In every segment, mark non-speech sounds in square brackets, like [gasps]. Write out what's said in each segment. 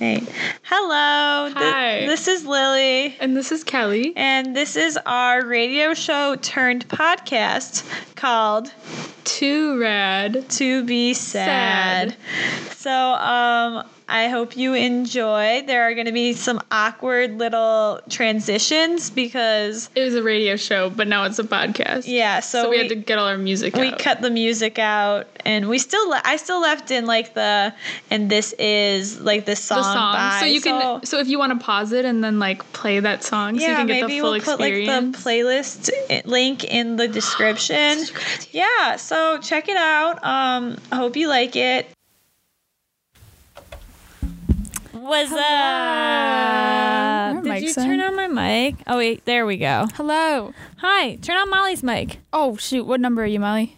Eight. Hello. th- Hi. this is Lily. And this is Kelly. And this is our radio show turned podcast called Too rad. To Be Sad. So, um, I hope you enjoy. There are going to be some awkward little transitions because, It was a radio show, but now it's a podcast. yeah, so, So, we, had to get all our music we out. cut the music out and we still le- i still left in like the and this is like this song, the song. by, so you can so if you want to pause it and then like play that song so you yeah can get maybe the full we'll put like experience. the playlist i- link in the description Such a good idea. yeah so check it out um hope you like it What's up? Did Uh, Did Mic's you you turn turn on my mic? Oh wait, there we go. Hello. Hi, turn on Molly's mic. Oh shoot, what number are you, Molly?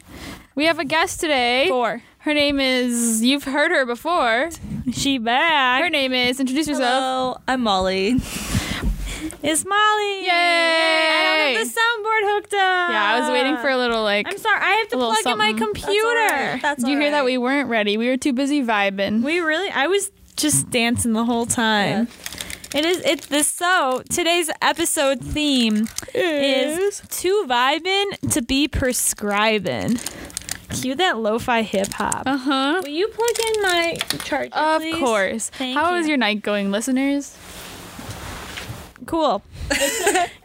We have a guest today. Four. Her name is you've heard her before. She back. Her name is introduce yourself. Hello, [laughs] I'm Molly. It's Molly. Yay! I don't have the soundboard hooked up. Yeah, I was waiting for a little like Ah. I'm sorry. I have to A little plug in my something. computer. That's you hear that we weren't ready. We were too busy vibing. we really. I was just dancing the whole time. It is. It's this. So today's episode theme is to vibin to be prescribing. Cue that lo-fi hip hop. uh-huh. Will you plug in my charger, Of please? course. Thank How you. is your night going, listeners? [laughs] Cool.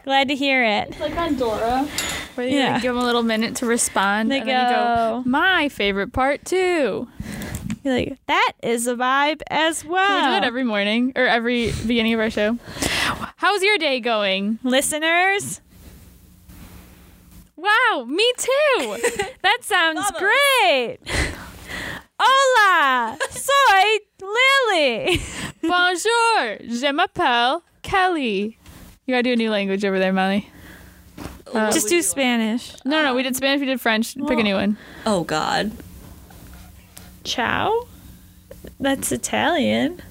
Glad to hear it. Like on Dora. Where you Yeah. like, give them a little minute to respond. They and then you go- go, my favorite part too. You're like that is a vibe as well. Can we do it every morning or every beginning of our show? How's your day going? Listeners, Wow, me too. That sounds great. [laughs] Hola, soy Lily. Bonjour, je m'appelle Kelly. You gotta do a new language over there, Molly. Just do Spanish. No, no, we did Spanish, we did French. Pick a new one. Oh God. Ciao. That's Italian. [laughs]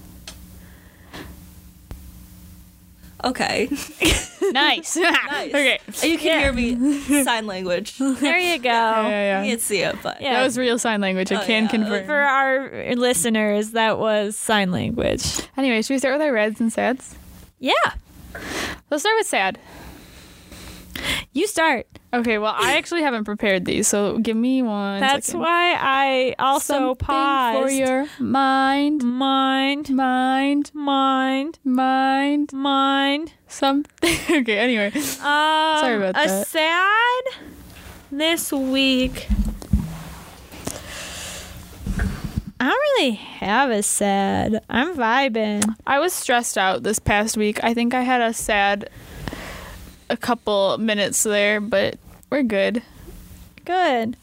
Okay. Nice. [laughs] Okay. You Yeah. can [laughs] hear me. Sign language. You There you [laughs] go. Yeah, yeah, yeah. can't see it, but Yeah. That was real sign language. I Oh, can yeah. confirm. Oh, For our listeners, that was sign language. Anyway, should we start with our reds and sads? Yeah, Let's start with sad. you start. Okay, well, I actually haven't prepared these, so give me one. That's second. why I also Something paused. for your mind, mind, mind, mind, mind. mind. Something. [laughs] Okay. Anyway, Um, Sorry about a that. sad this week. I don't really have a sad. I'm vibing. I was stressed out this past week. I think I had a sad a couple minutes there, but we're good. Good.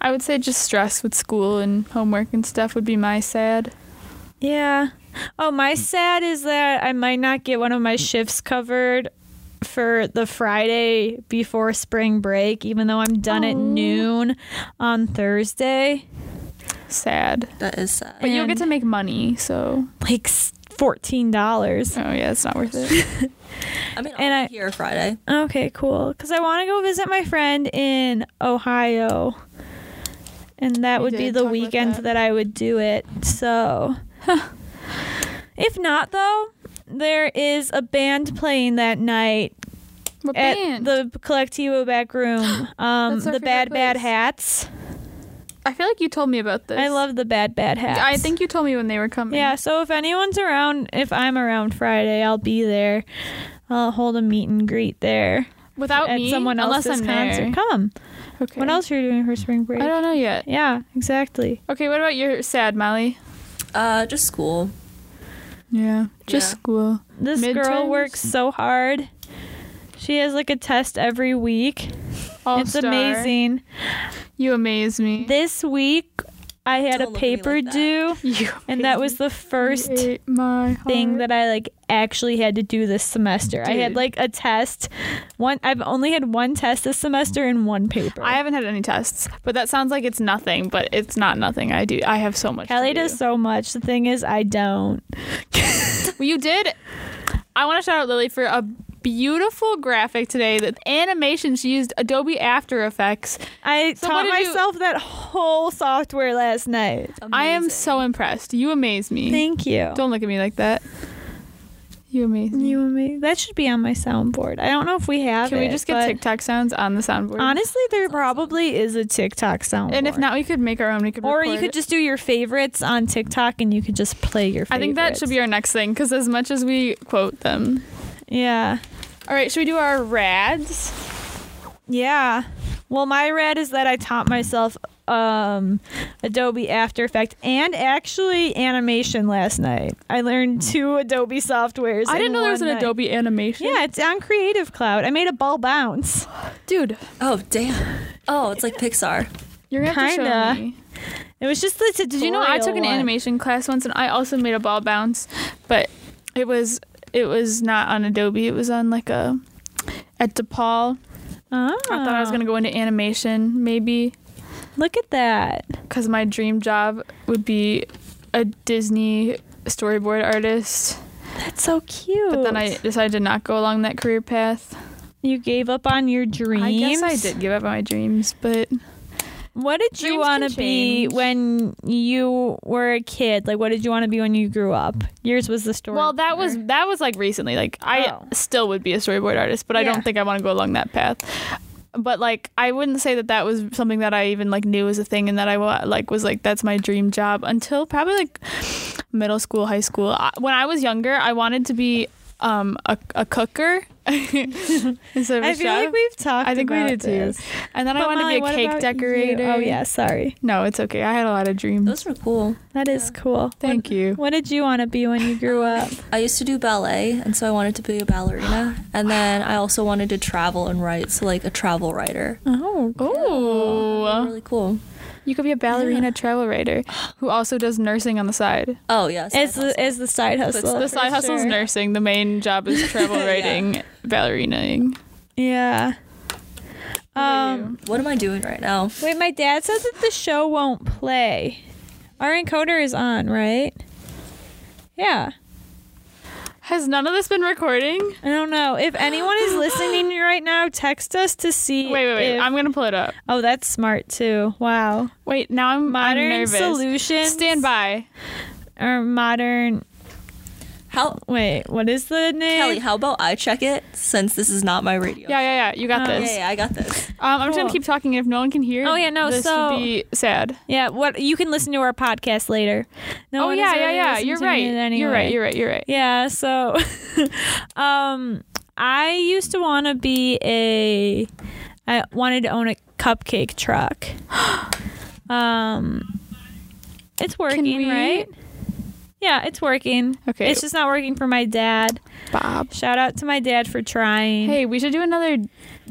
I would say just stress with school and homework and stuff would be my sad. Yeah. Oh, my sad is that I might not get one of my shifts covered for the Friday before spring break, even though I'm done at noon on Thursday. Sad. that is sad. But you'll get to make money, so Like s- $14. oh yeah, it's not worth it. [laughs] I mean, I'll and and I- here Friday. Okay, cool. Because I want to go visit my friend in Ohio. And that We would be did the talk about weekend that. that. I would do it. So, if not, though, there is a band playing that night What at band? the Collectivo back room. Um, [gasps] That's our the favorite Bad Bad place. Hats. I feel like you told me about this. I love the Bad Bad Hats. I think you told me when they were coming. Yeah, so if anyone's around, if I'm around Friday, I'll be there. I'll hold a meet and greet there Without at me, someone unless else's I'm concert. there. Come. Okay. What else are you doing for spring break? I don't know yet. Yeah, exactly. Okay, what about your sad, Molly? Uh, just school. Yeah, just just school. This girl Midterms? works so hard. She has like a test every week. All it's amazing. You amaze me. This week I had Don't a look at me paper like that. due you and that was the first ate my thing heart. that I like actually had to do this semester. I had Dude. like a test. One I've only had one test this semester and one paper. I haven't had any tests, but that sounds like it's nothing, but it's not nothing. I do. I have so much. Kelly to do. does so much. The thing is I don't. Well, you did. I want to shout out Lily for a beautiful graphic today. The animation she used Adobe After Effects. I So what taught did you- myself that whole software last night. I am so impressed. You amaze me. Thank you. Don't look at me like that. You amaze me. You and me. That should be on my soundboard. I don't know if we have Can it. we just get but TikTok sounds on the soundboard? Honestly, there probably is a TikTok soundboard. and if not, we could make our own. We could or you record could it. just do your favorites on TikTok and you could just play your favorites. I think that should be our next thing because as much as we quote them. Yeah. All right, should we do our rads? Yeah. Well, my red is that I taught myself um, Adobe After Effects and actually animation last night. I learned two Adobe softwares. I didn't in know there was an one night. Adobe animation. Yeah, it's on Creative Cloud. I made a ball bounce. dude, Oh damn. [laughs] Oh, it's like Pixar. you're gonna have to show Kinda. me. It was just the Did you know I took one. an animation class once and I also made a ball bounce, but it was it was not on Adobe. It was on like a at DePaul. Oh, I thought I was gonna go into animation maybe look at that. because my dream job would be a Disney storyboard artist. That's so cute. But then I decided to not go along that career path. you gave up on your dreams. I guess I did give up on my dreams, but What did you Dreams want can to be change. when you were a kid? Like, what did you want to be when you grew up? Yours was the story. well, that was that was like recently. Like I Oh. still would be a storyboard artist, but I Yeah. don't think I want to go along that path. But like I wouldn't say that that was something that I even like knew was a thing, and that I wa- like was like that's my dream job until probably like middle school, high school. I, when I was younger, I wanted to be um a, a cooker [laughs] instead of a I feel chef. like we've talked. I think we about did this. too. And then I But wanted Molly, to be what a cake about you? decorator. Oh yeah, sorry. No, it's okay. I had a lot of dreams. Those were cool. That is cool. Thank you. What did you want to be when you grew [laughs] up? I used to do ballet, and so I wanted to be a ballerina. And then I also wanted to travel and write, so like a travel writer. oh, That was Oh, Really cool. you could be a ballerina travel writer who also does nursing on the side. Oh yes. it's uh, the, it's the side hustle. The side for hustle is sure. nursing. The main job is [laughs] travel writing, ballerinaing. Yeah. Um. what am I doing right now? Wait, my dad says that the show won't play. Our encoder is on, right? Yeah. Has none of this been recording? I don't know. If anyone is [gasps] listening right now, text us to see. Wait, wait, wait. if- I'm gonna pull it up. oh, that's smart too. Wow. Wait, now I'm I'm Modern nervous. solutions. Stand by. Or modern. How Wait, what is the name? Kelly? How about I check it since this is not my radio? Yeah, yeah, yeah. You got Oh. Yeah, this. yeah, I got this. Um, I'm just gonna Cool. keep talking. If no one can hear, Oh, yeah, no, this so- would be sad. Yeah, what you can listen to our podcast later. No oh one is yeah, yeah, really yeah. listening You're to right. it Anyway. You're right. You're right. You're right. Yeah, so [laughs] um I used to want to be a I wanted to own a cupcake truck. [gasps] um it's working, we- right? Yeah, it's working. Okay. It's just not working for my dad. Bob. Shout out to my dad for trying. Hey, we should do another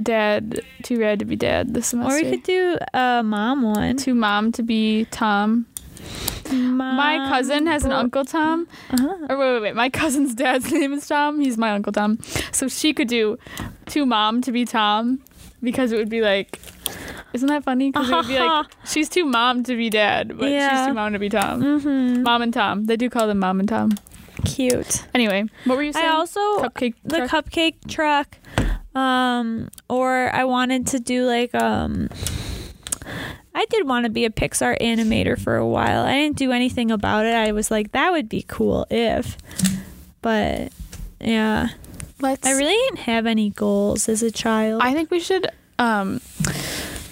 dad too rad to be dad this or semester. we could do a mom one. too mom to be Tom. my Mom- cousin has an uncle Tom. Um, Uh-huh. Or wait, wait, wait. My cousin's dad's [laughs] name is Tom. He's my uncle Tom. So she could do too mom to be Tom because it would be like, isn't that funny? Because it would be like [laughs] she's too mom to be dad, but Uh-huh. Yeah. she's too mom to be Tom. Mhm. Mom and Tom. They do call them mom and Tom. Cute. Anyway, what were you saying? I also Cupcake. the truck? cupcake truck um or i wanted to do like um i did want to be a pixar animator for a while i didn't do anything about it i was like that would be cool if but yeah Let's. i really didn't have any goals as a child I think we should um,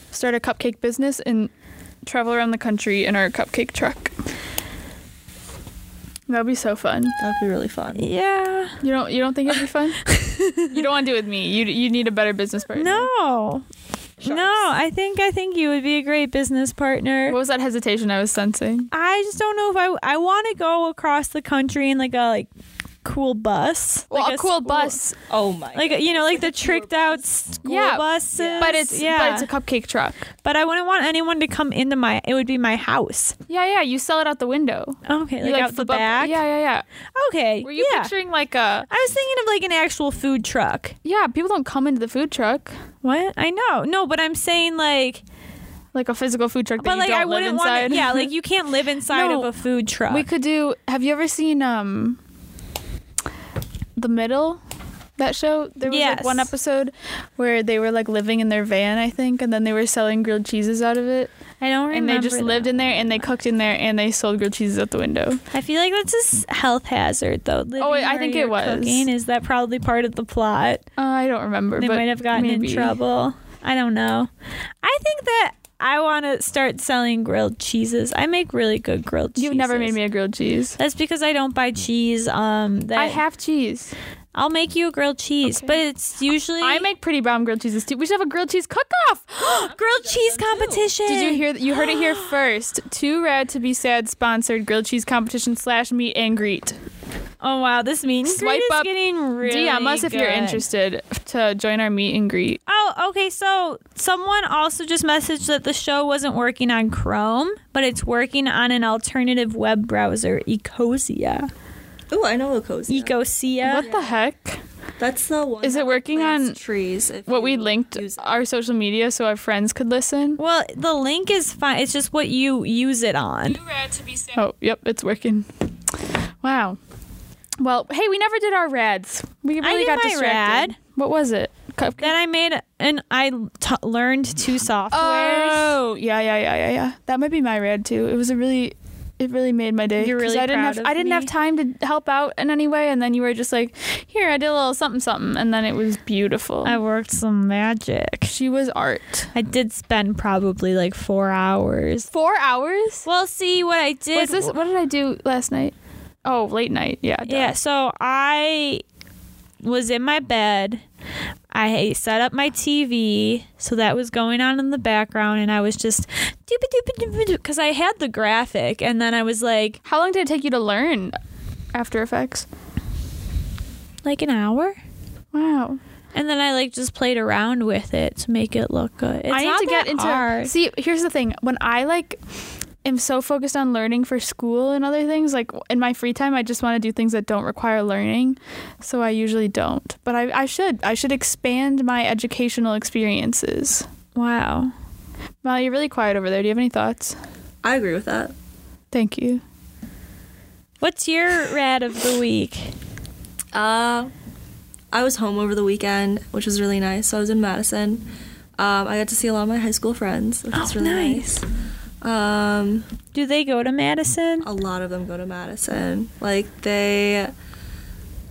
start a cupcake business and travel around the country in our cupcake truck. That'd be so fun. That'd be really fun. yeah You don't you don't think it'd be [laughs] fun? you don't want to do it with me. You you need a better business partner. no no Sharks. i think i think you would be a great business partner What was that hesitation I was sensing? i just don't know if i i want to go across the country in like a like cool bus Well, like a cool school- bus, Oh my. like you know, like the tricked out school Yeah, buses. but it's yeah, but it's a cupcake truck. But I wouldn't want anyone to come into my. It would be my house. Yeah, yeah. You sell it out the window. Okay, You, like, out the flip up- back. Yeah, yeah, Okay. yeah. Were you yeah. picturing like a? I was thinking of like an actual food truck. Yeah, people don't come into the food truck What? I know. No, but I'm saying like, like a physical food truck. that but you like don't I live wouldn't inside. want. Yeah, like you can't live [laughs] inside No, of a food Uh, truck. We could do. Have you ever seen um, the middle? That show, there was Yes. like one episode where they were like living in their van, I think, and then they were selling grilled cheeses out of it. I don't remember. and they just that. lived in there and they cooked in there and they sold grilled cheeses out the window. I feel like that's a s- health hazard, though. Living wait, Oh, I where think it you're was. Cooking. Is that probably part of the plot? Uh, I don't remember. They but might have gotten maybe. in trouble. I don't know. I think that I want to start selling grilled cheeses. I make really good grilled cheeses. You've never made me a grilled cheese. That's because I don't buy cheese. Um, that I have cheese. I'll make you a grilled cheese, but it's usually I make pretty bomb grilled cheeses too. We should have a grilled cheese cook [gasps] off. grilled cheese competition. Did you hear? You heard [gasps] it here first. Too rad to be sad. Sponsored grilled cheese competition slash meet and greet. Oh wow, this means Swipe swipe is up, getting really DM us if you're good. interested to join our meet and greet. Oh, okay. So someone also just messaged that the show wasn't working on Chrome, but it's working on an alternative web browser, Ecosia. Oh, I know a cozy. Ecosia. What the heck? That's the one. Is it that working plants on trees? if What we you linked use it. our social media so our friends could listen. Well, the link is fine. It's just what you use it on. Oh, yep, it's working. Wow. Well, hey, we never did our rads. We really did got my distracted. rad. What was it? Cupcake. Then I made and I t- learned two softwares. Oh, yeah, yeah, yeah, yeah, yeah. That might be my rad too. It was a really, it really made my day. You're 'cause really I didn't proud have, of I didn't have me. time to help out in any way, and then you were just like, "Here, I did a little something, something," and then it was beautiful. I worked some magic. she was art. I did spend probably like four hours. Four hours. Well, see what I did. Was this? What did I do last night? Oh, late night. Yeah. duh. Yeah, so I was in my bed. I set up my TV, so that was going on in the background, and I was just because I had the graphic, and then I was like, How long did it take you to learn After Effects? like an hour, Wow. and then I like just played around with it to make it look good. It's I need not to that get into. hard. See, here's the thing. When I like am so focused on learning for school and other things, like in my free time, I just want to do things that don't require learning. So I usually don't. But I, I should. I should expand my educational experiences. Wow. Molly, you're really quiet over there. Do you have any thoughts? I agree with that. Thank you. What's your rad of the week? Uh, I was home over the weekend, which was really nice. So I was in Madison. Um, I got to see a lot of my high school friends, which was Oh, really nice. nice. Um, Do they go to Madison? a lot of them go to Madison. Like they,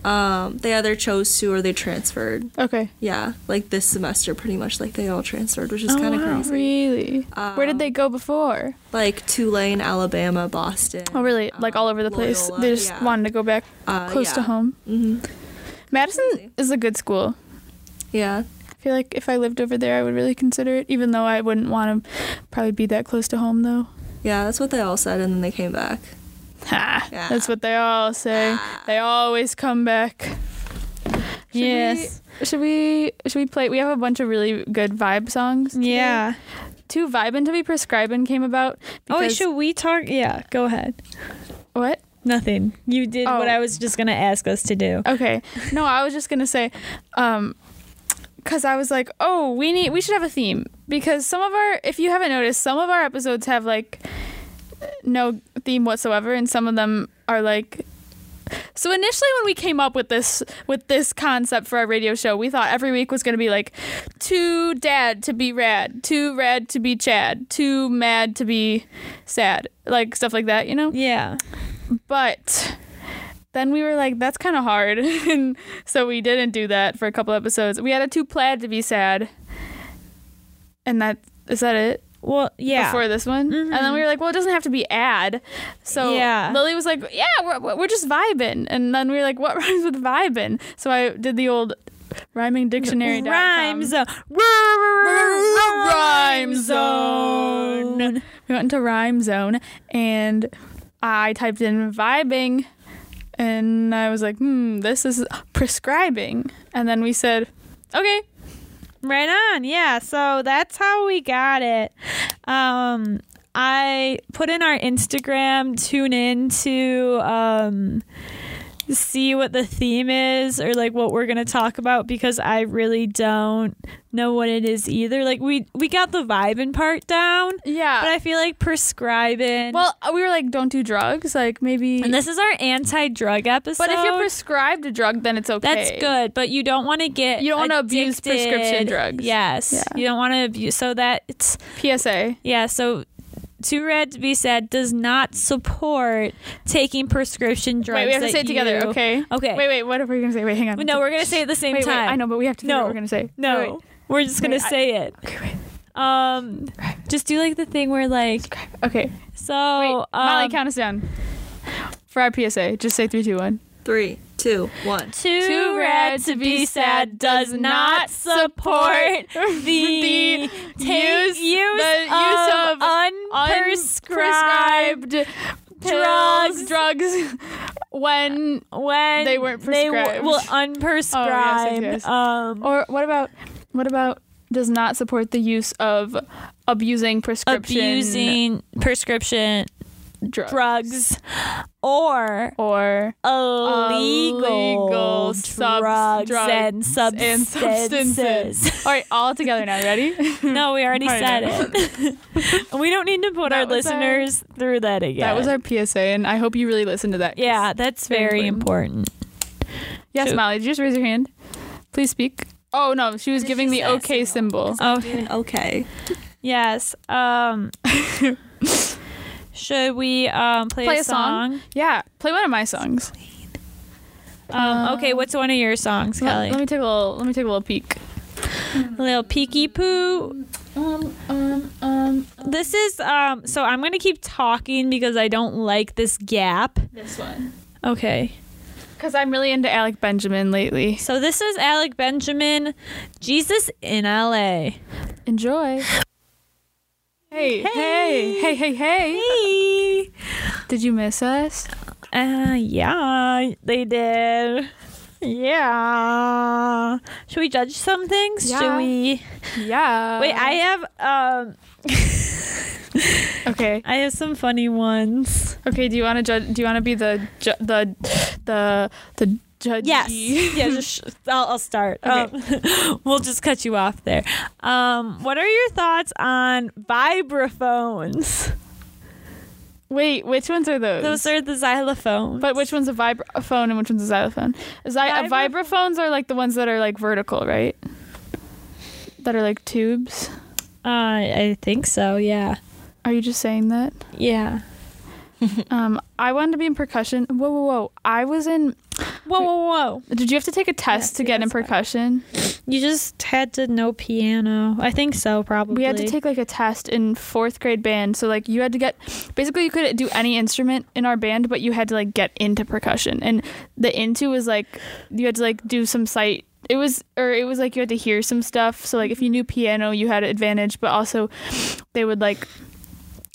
um, they either chose to or they transferred. Okay. Yeah, like this semester, pretty much. Like they all transferred, which is Oh, kind of wow. crazy. Really? Where Um, did they go before? Like Tulane, Alabama, Boston. Oh, really? Like all over the place. Loyola, They just yeah. wanted to go back Uh, close to yeah. home. hmm Madison is a good school. Yeah, I feel like if I lived over there, I would really consider it, even though I wouldn't want to probably be that close to home, though. [laughs] yeah, that's what they all said, and then they came back. Ha, Yeah. That's what they all say. They always come back. Ah. Should Yes. We, should we should we play? We have a bunch of really good vibe songs. today. Yeah. Two vibin' to be prescribing came about. Oh, wait, because- should we talk? Yeah, go ahead. What? Nothing. You did what Oh. I was just gonna ask us to do. Okay. No, I was just gonna say, um, because I was like, oh, we need, we should have a theme because some of our, if you haven't noticed, some of our episodes have like no theme whatsoever, and some of them are like. So initially, when we came up with this with this concept for our radio show, we thought every week was going to be like too dad to be rad, too rad to be Chad, too mad to be sad, like stuff like that, you know Yeah. but then we were like that's kind of hard [laughs] and so we didn't do that for a couple episodes we had a two plaid to be sad and that is that it Well, yeah. Mm-hmm. before this one and then we were like well it doesn't have to be ad so Yeah. lily was like yeah we're, we're just vibing and then we were like what [laughs] rhymes with vibing so i did the old rhyming dictionary Rhyme zone. Rhyme zone. we went into rhyme zone and I typed in vibing and I was like, hmm, this is prescribing. And then we said, okay. Right on. Yeah. So that's how we got it. Um, I put in our Instagram, tune in to um, see what the theme is or like what we're gonna talk about because I really don't know what it is either. Like we we got the vibing part down, Yeah. but I feel like prescribing. well, uh, we were like, don't do drugs. Like maybe. and this is our anti-drug episode. but if you're prescribed a drug, then it's okay. That's good, but you don't want to get You don't wanna abuse addicted. prescription drugs. Yes, Yeah. you don't want to abuse. So that it's PSA. yeah. So too red to be said does not support taking prescription drugs. Wait, we have to that say it together. you- Okay. Okay. Wait, wait. What are we gonna say? Wait, hang on. No, we're gonna say it at the same Wait, wait, time. I know, but we have to. No, No. what we're gonna say. No, Wait, wait. we're just gonna Wait, I- say it. Okay. Wait. Um, just do like the thing where like Okay. so. Wait, um, Molly, count us down. For our PSA, just say three, two, one. Three, two, one. Too, red to be sad does not support [laughs] the, the ta- use- use, the use of of, unprescribed Unprescribed drugs. pills, drugs. [laughs] when when They weren't They prescribed. were well, [laughs] Oh, unprescribed. yes, yes, yes. Um, or what about what about does not support the use of abusing prescription abusing prescription drugs, drugs or or illegal, illegal drugs, subs- drugs and and substances. substances. All right, all together now. Ready? [laughs] no, we already All right, said it. [laughs] we don't need to put That our was our- listeners through that again. That was our PSA, and I hope you really listened to that. 'cause- Yeah, that's Very very important. Yes, So- Molly, did you just raise your hand? Please speak. Oh no, she was Did giving the she say okay symbol. Oh, Doing okay. [laughs] yes. Um, [laughs] should we um, play, Play a a song? song? Yeah, play one of my songs. Um, okay, what's one of your songs, Let- Kelly? Let me take a little. Let me take a little peek. Little Peeky Poo. Um, um, um. This is um. So I'm gonna keep talking because I don't like this gap. This one. Okay. Because I'm really into Alec Benjamin lately. So this is Alec Benjamin, Jesus in LA. Enjoy. Hey, hey, hey, hey, hey. [laughs] Hey. Did you miss us? Uh, yeah, they did. Yeah. Uh, Should we judge some things? Yeah. Should we? Yeah. Wait, I have um, Okay. I have some funny ones. Okay. Do you want to judge? Do you want to be the ju- the the the judge? Yes. [laughs] yeah. Just sh- I'll, I'll start. Um, [laughs] we'll just cut you off there. Um, what are your thoughts on vibraphones? Wait, which ones are those? Those are the xylophones. But which one's a vibraphone and which one's a xylophone? Zy- uh, Vibraphone. vibraphones are like the ones that are like vertical, right? That are like tubes. uh, I think so. Yeah. Are you just saying [laughs] that? Yeah. Um, I wanted to be in percussion. Whoa, whoa, whoa! I was in. Whoa, whoa, whoa! Did you have to take a test to see, get in that's fine. percussion? You just had to know piano. I think so. Probably. We had to take like a test in fourth grade band. So like you had to get basically you could do any instrument in our band, but you had to like get into percussion. And the into was like you had to like do some sight. It was or it was like you had to hear some stuff. So like if Mm-hmm. you knew piano, you had an advantage. But also they would like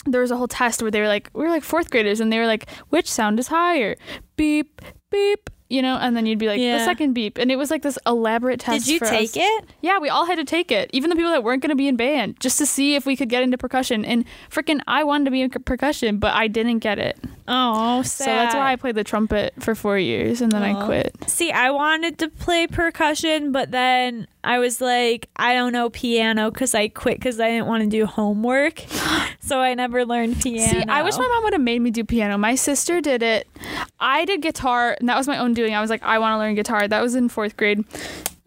there was a whole test where they were like we were like fourth graders and they were like which sound is higher beep beep you know and then you'd be like the Yeah. second beep and it was like this elaborate test Did you for take us. it? Yeah, we all had to take it, even the people that weren't going to be in band, just to see if we could get into percussion. And freaking, I wanted to be in c- percussion, but I didn't get it. Oh, So that's why I played the trumpet for four years and then I Aw. quit. See, I wanted to play percussion, but then I was like, I don't know piano because I quit because I didn't want to do homework. [gasps] so I never learned piano. See, I wish my mom would have made me do piano. My sister did it. I did guitar, and that was my own doing. I was like, I want to learn guitar. That was in fourth grade.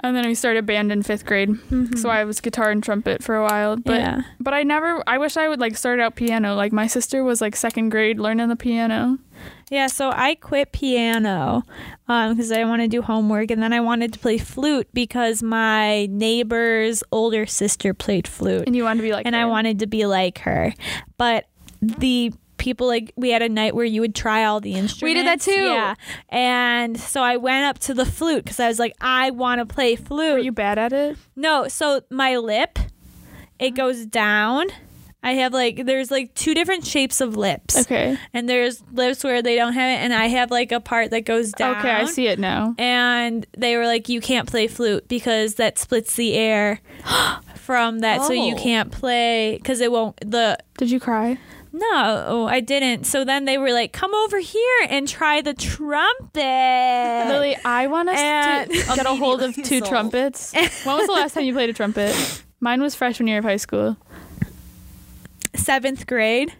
And then we started band in fifth grade, so I was guitar and trumpet for a while. But Mm-hmm. Yeah. but I never. I wish I would like start out piano. Like my sister was like second grade learning the piano. Yeah, so I quit piano because I didn't want to do homework, and then I wanted to play flute because my neighbor's older sister played flute. And you wanted to be like and I her. wanted to be like her. But the people like we had a night where you would try all the instruments. did that too. Yeah. And so I went up to the flute cuz I was like I want to play flute. Were you bad at it? no, so my lip Uh-huh. it goes down. I have like there's like two different shapes of lips. Okay. And there's lips where they don't have it and I have like a part that goes down. Okay, I see it now. And they were like you can't play flute because that splits the air [gasps] from that so you Oh. can't play cuz it won't the Did you cry? No, I didn't. So then they were like, come over here and try the trumpet. Lily, I want us And- to get a hold of [laughs] Immediately two sold. [laughs] trumpets. When was the last time you played a trumpet? Mine was freshman year of high school. Seventh grade.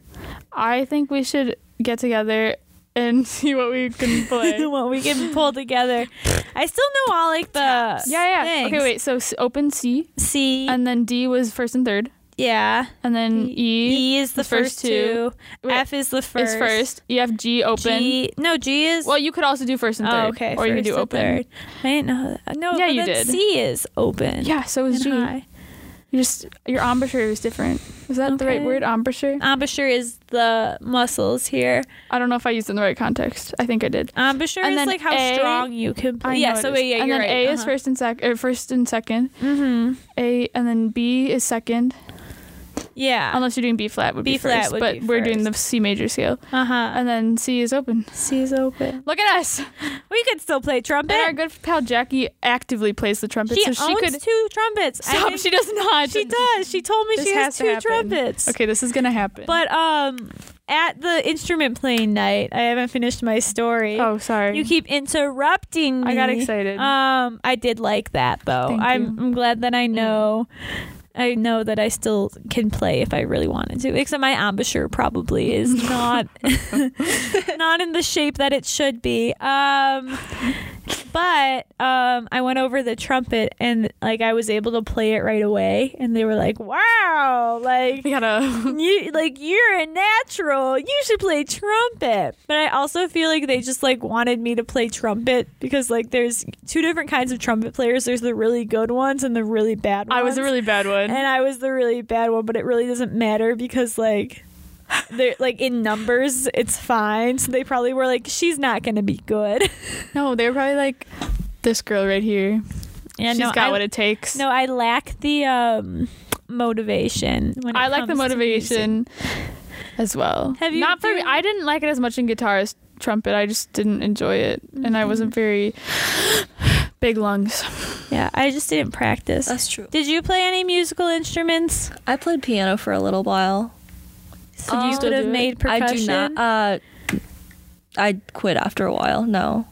I think we should get together and [laughs] see [laughs] what we [laughs] can play. yeah, what we can pull together. I still know all like the yeah. things. Okay, wait. So s- open C, C. and then D was first and third, yeah. and then E, E is the the first first two. Wait, F is the is first. first. E, F, G, open. G. No, G is. Well, you could also do first and third. oh, okay. Or you could do first and open. Third. I didn't know that. No, Yeah, but you did. then C is open. Yeah, so And is G. high. You just your embouchure is different. Is that the right Okay. word? Embouchure? Embouchure is the muscles here. I don't know if I used it in the right context. I think I did. Embouchure And is then like how A- strong you can. I Play. Yeah. know it So is. yeah, and you're then right. Uh-huh. A is first and sec or first and second. Mm-hmm. A and then B is second. Yeah. Unless you're doing B flat would be B flat first, would but be we're doing the C major scale. Uh huh. And then C is open. C is open. Look at [laughs] us. We could still play trumpet. And our good pal Jackie actively plays the trumpet, she so she owns could two trumpets. I stop. think She does not. she does. She told me This she has, has to two happen. trumpets. Okay, this is gonna happen. But um, at the instrument playing night, I haven't finished my story. oh, sorry. You keep interrupting me. I got excited. Um, I did like that though. Thank I'm, you. I'm glad that I know. I know that I still can play if I really wanted to. Except my embouchure [laughs] probably is not not in the shape that it should be. Um, but um, I went over the trumpet and like I was able to play it right away, and they were like, "Wow!" Like we gotta. you like you're a natural. You should play trumpet. But I also feel like they just like wanted me to play trumpet because like there's two different kinds of trumpet players. There's the really good ones and the really bad [laughs] ones. I was a really bad one. and I was the really bad one, but it really doesn't matter because like they're like in numbers, it's fine. So they probably were like, She's not gonna be good. No, they were probably like, this girl right here. Yeah, She's no, got I, what it takes. No, I lack the um motivation. When it I like the comes to music. motivation as well. Have you Not for me. been- I didn't like it as much in guitar as trumpet. I just didn't enjoy it, and I wasn't Mm-hmm. very big lungs. Yeah, I just didn't practice. That's true. Did you play any musical instruments? I played piano for a little while. So Um, you could have made percussion. Oh, I do not. Uh, I quit after a while. No,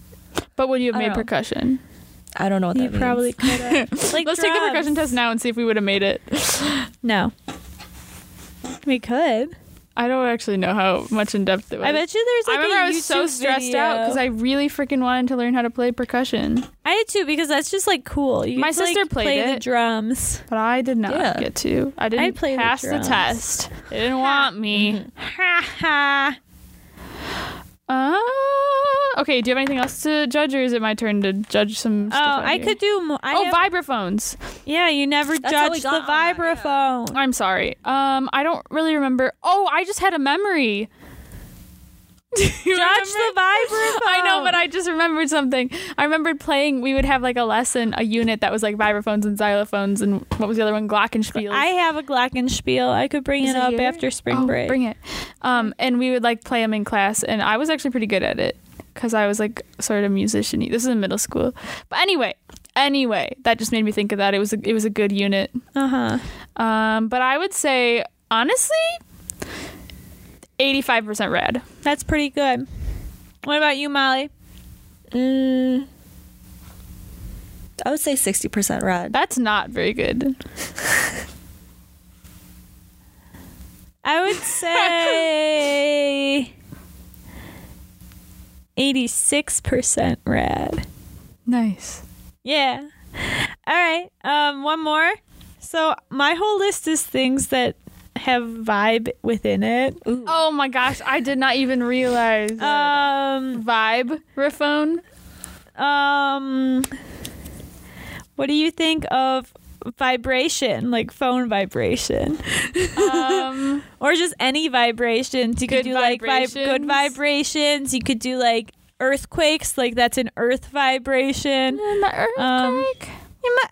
But would you have I made Oh. don't know. percussion? I don't know what you that [laughs] means. probably could have. like Let's take the percussion drums. test now and see if we would have made it. No. We could. I don't actually know how much in depth it was. I bet you there's I like remember a I was so YouTube stressed out video. because I really freaking wanted to learn how to play percussion, I did too because that's just like cool. You My could, like, sister played play the it. drums. but I did not Yeah. get to. I didn't play the pass the, drums. test. They didn't want me. Ha ha. Uh, okay, do you have anything else to judge, or is it my turn to judge some Oh, stuff? out I here? could do. Mo- I oh, have- vibraphones. yeah. You never That's how we judged the got on that, vibraphone. I'm sorry. Um, I don't really remember. Oh, I just had a memory. [laughs] Do you Judge remember? [laughs] the vibraphone. I know, but I just remembered something. I remembered playing. We would have like a lesson, a unit that was like vibraphones and xylophones, and what was the other one? Glockenspiels. I have a glockenspiel. I could bring Is it it up here? after spring Oh, break. Bring it. Um, and we would like play them in class, and I was actually pretty good at it because I was like sort of musician. This is in middle school, but anyway, anyway, that just made me think of that. It was a, it was a good unit. Uh huh. Um, but I would say honestly, eighty five percent rad. That's pretty good. What about you, Molly? Mm, I would say sixty percent rad. That's not very good. I [laughs] would say 86% rad. Nice. Yeah. All right. Um one more. So my whole list is things that have vibe within it. Ooh. Oh my gosh, I did not even realize. Um Vibe riffone. um What do you think of vibration, like phone vibration? Um, or just any vibrations. You could Good do like vib- good vibrations. vibrations. You could do like earthquakes, like that's an earth vibration. the earthquake. Um, You're my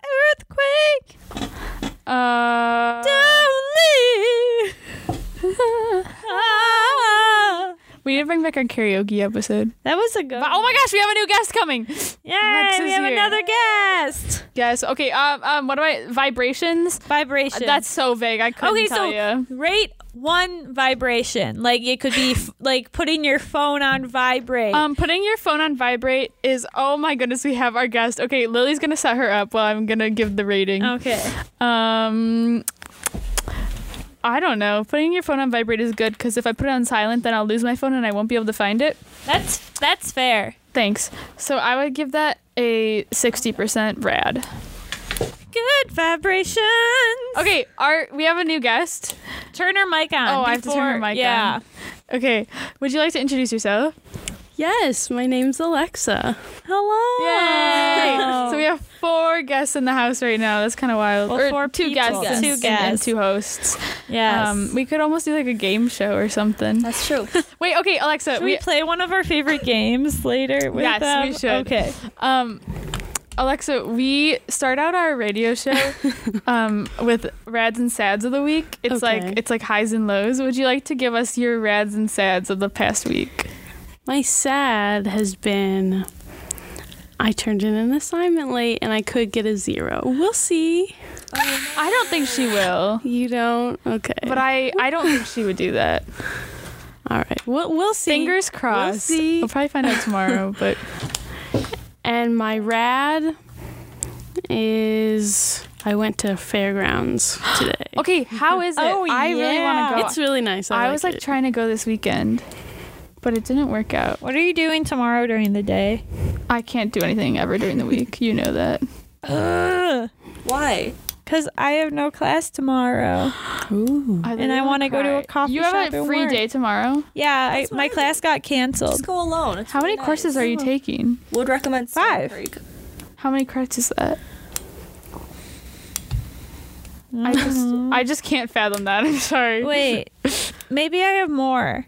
earthquake, uh, don't leave. Ah. uh, We need to bring back our karaoke episode. That was a good. But, oh my gosh, we have a new guest coming. Yeah, Lex we is have oh, here. another guest. Yes. Okay. Um. Um. What do I? Vibrations. Vibration. That's so vague. I couldn't okay. tell So you. rate one vibration. Like it could [sighs] be f- like putting your phone on vibrate. Um, putting your phone on vibrate is oh my goodness. We have our guest. Okay, Lily's gonna set her up while I'm gonna give the rating. okay. Um, I don't know. Putting your phone on vibrate is good because if I put it on silent, then I'll lose my phone and I won't be able to find it. That's that's fair. Thanks. So I would give that a sixty percent rad. Good vibrations. Okay, our we have a new guest. Turn her mic on. Oh, I have to turn her before- mic yeah. on. Okay, would you like to introduce yourself? Yes, my name's Alexa. Hello. Yay! So we [laughs] have four guests in the house right now. That's kind of wild. Well, or four two people. guests, and- Two and- and guests. two hosts. Yes. Um, we could almost do like a game show or something. That's true. Wait, okay, Alexa. Should we, play one of our favorite games later with Yes, them? we should. Okay. um, Alexa, we start out our radio [laughs] show um, with rads and sads of the week. It's Okay. like it's like highs and lows. Would you like to give us your rads and sads of the past week? My sad has been I turned in an assignment late and I could get a zero. We'll see. I don't think she will, You don't? Okay. but I I don't think she would do that. All right. We'll, we'll see. Fingers crossed. see. we'll probably find out tomorrow, but. And my rad is I went to [gasps] fairgrounds today. [laughs] Okay, how is it? Oh, I really want yeah. to go. It's really nice. I, I was like it. trying to go this weekend, but it didn't work out. What are you doing tomorrow during the day? I can't do anything ever during the week. You know that. Because Why? I have no class tomorrow. And I wanna go to a coffee You have shop a and free work. day tomorrow. Yeah, I, That's what my I do. class got canceled. Just go alone. It's How many really nice. courses are you taking? Would recommend Stone Five. Creek. How many credits is that? I just I just can't fathom that. [laughs] I'm sorry. Wait, maybe I have more.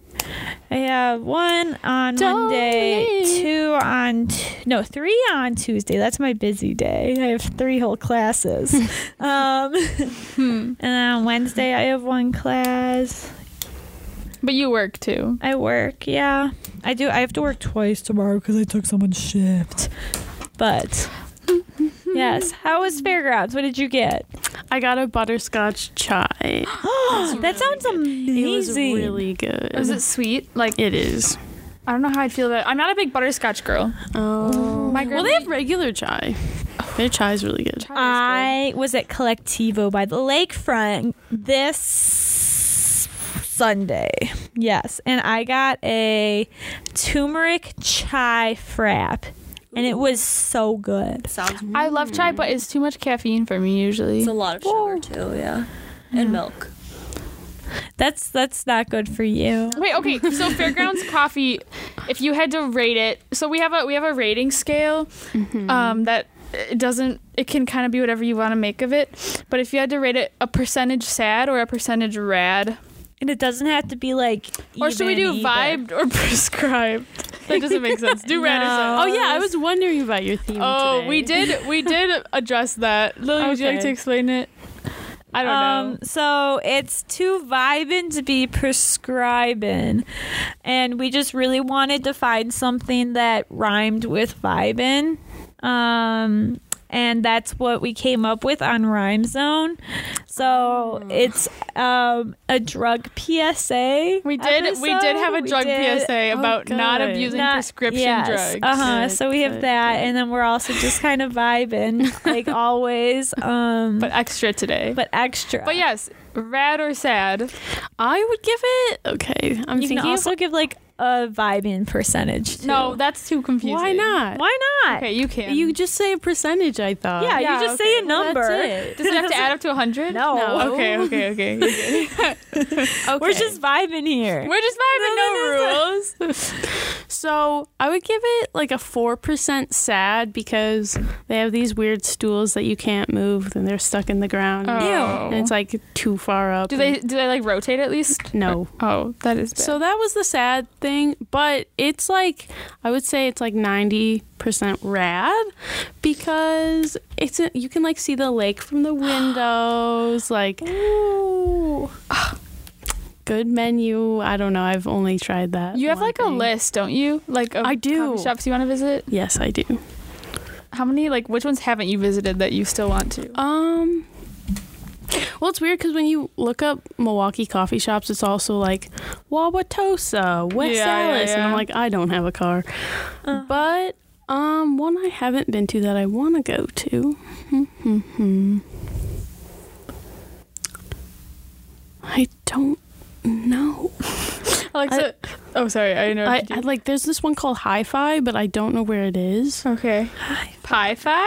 I have one on Don't Monday, leave. two on t- no, three on Tuesday. That's my busy day. I have three whole classes. [laughs] um, Hmm. and then on Wednesday, I have one class. But you work too. I work. Yeah, I do. I have to work twice tomorrow because I took someone's shift. [laughs] But yes, how was fairgrounds? What did you get? I got a butterscotch chai. that sounds amazing. It was really good. Is it sweet? Like It is. I don't know how I'd feel about. It. I'm not a big butterscotch girl. Oh. My girl. Well, they have regular chai. Their chai is really good. I was at Collectivo by the lakefront this Sunday. Yes, and I got a turmeric chai frap, and it was so good. Sounds. I love chai, but it's too much caffeine for me usually. It's a lot of sugar too. Yeah. And milk. That's that's not good for you. Wait, [laughs] okay. So Fairgrounds Coffee, if you had to rate it, so we have a we have a rating scale Mm-hmm. um, that it doesn't. It can kind of be whatever you want to make of it. But if you had to rate it a percentage sad or a percentage rad, And it doesn't have to be like. or should we do even either. vibed or [laughs] prescribed? That doesn't make sense. Do rad or sad? Oh yeah, I was wondering about your theme. Oh, today. we did we did [laughs] address that. Lily, would you like to Okay. explain it? I don't know. Um, so it's too vibin' to be prescribing, and we just really wanted to find something that rhymed with vibin', um, and that's what we came up with on Rhyme Zone. So Ah. it's um, a drug PSA. We did we did have a episode. drug We did- PSA about not good. abusing not- prescription yes. drugs. Uh huh. Good, So we have good, that, good. and then we're also just kind of vibing, [laughs] like always. Um, But but, extra today. extra. But yes, rad or sad. I would give it. Okay, I'm you can thinking. also give like a vibe in percentage. Too. No, that's too confusing. why not? why not? Okay, you can. You just say a percentage. I thought. yeah, yeah, you just okay. say a number. [laughs] it. does it have to add up to 100? No. No. Okay, okay, okay. You're good. okay. We're just vibing here. We're just vibing, no, [laughs] rules. So I would give it like a four percent sad because they have these weird stools that you can't move and they're stuck in the ground. Oh. And it's like too far up. Do they do they like rotate at least? No. Oh, that is bad. So that was the sad thing, but it's like I would say it's like 90% rad because it's a, you can like [gasps] see the lake from the windows like good menu. I don't know. I've only tried that. You have one like a thing. list, don't you? Like of I do. coffee shops you want to visit. Yes, I do. How many? Like which ones haven't you visited that you still want to? Um. Well, it's weird because when you look up Milwaukee coffee shops, it's also like Wauwatosa, West Yeah, yeah, Allis, and I'm yeah. Uh. like, I don't have a car. But um, one I haven't been to that I want to go to. Hmm. I don't know. Alexa. oh, sorry, I I, interrupted I you. like. There's this one called Hi-Fi, but I don't know where it is. okay. Pie fi?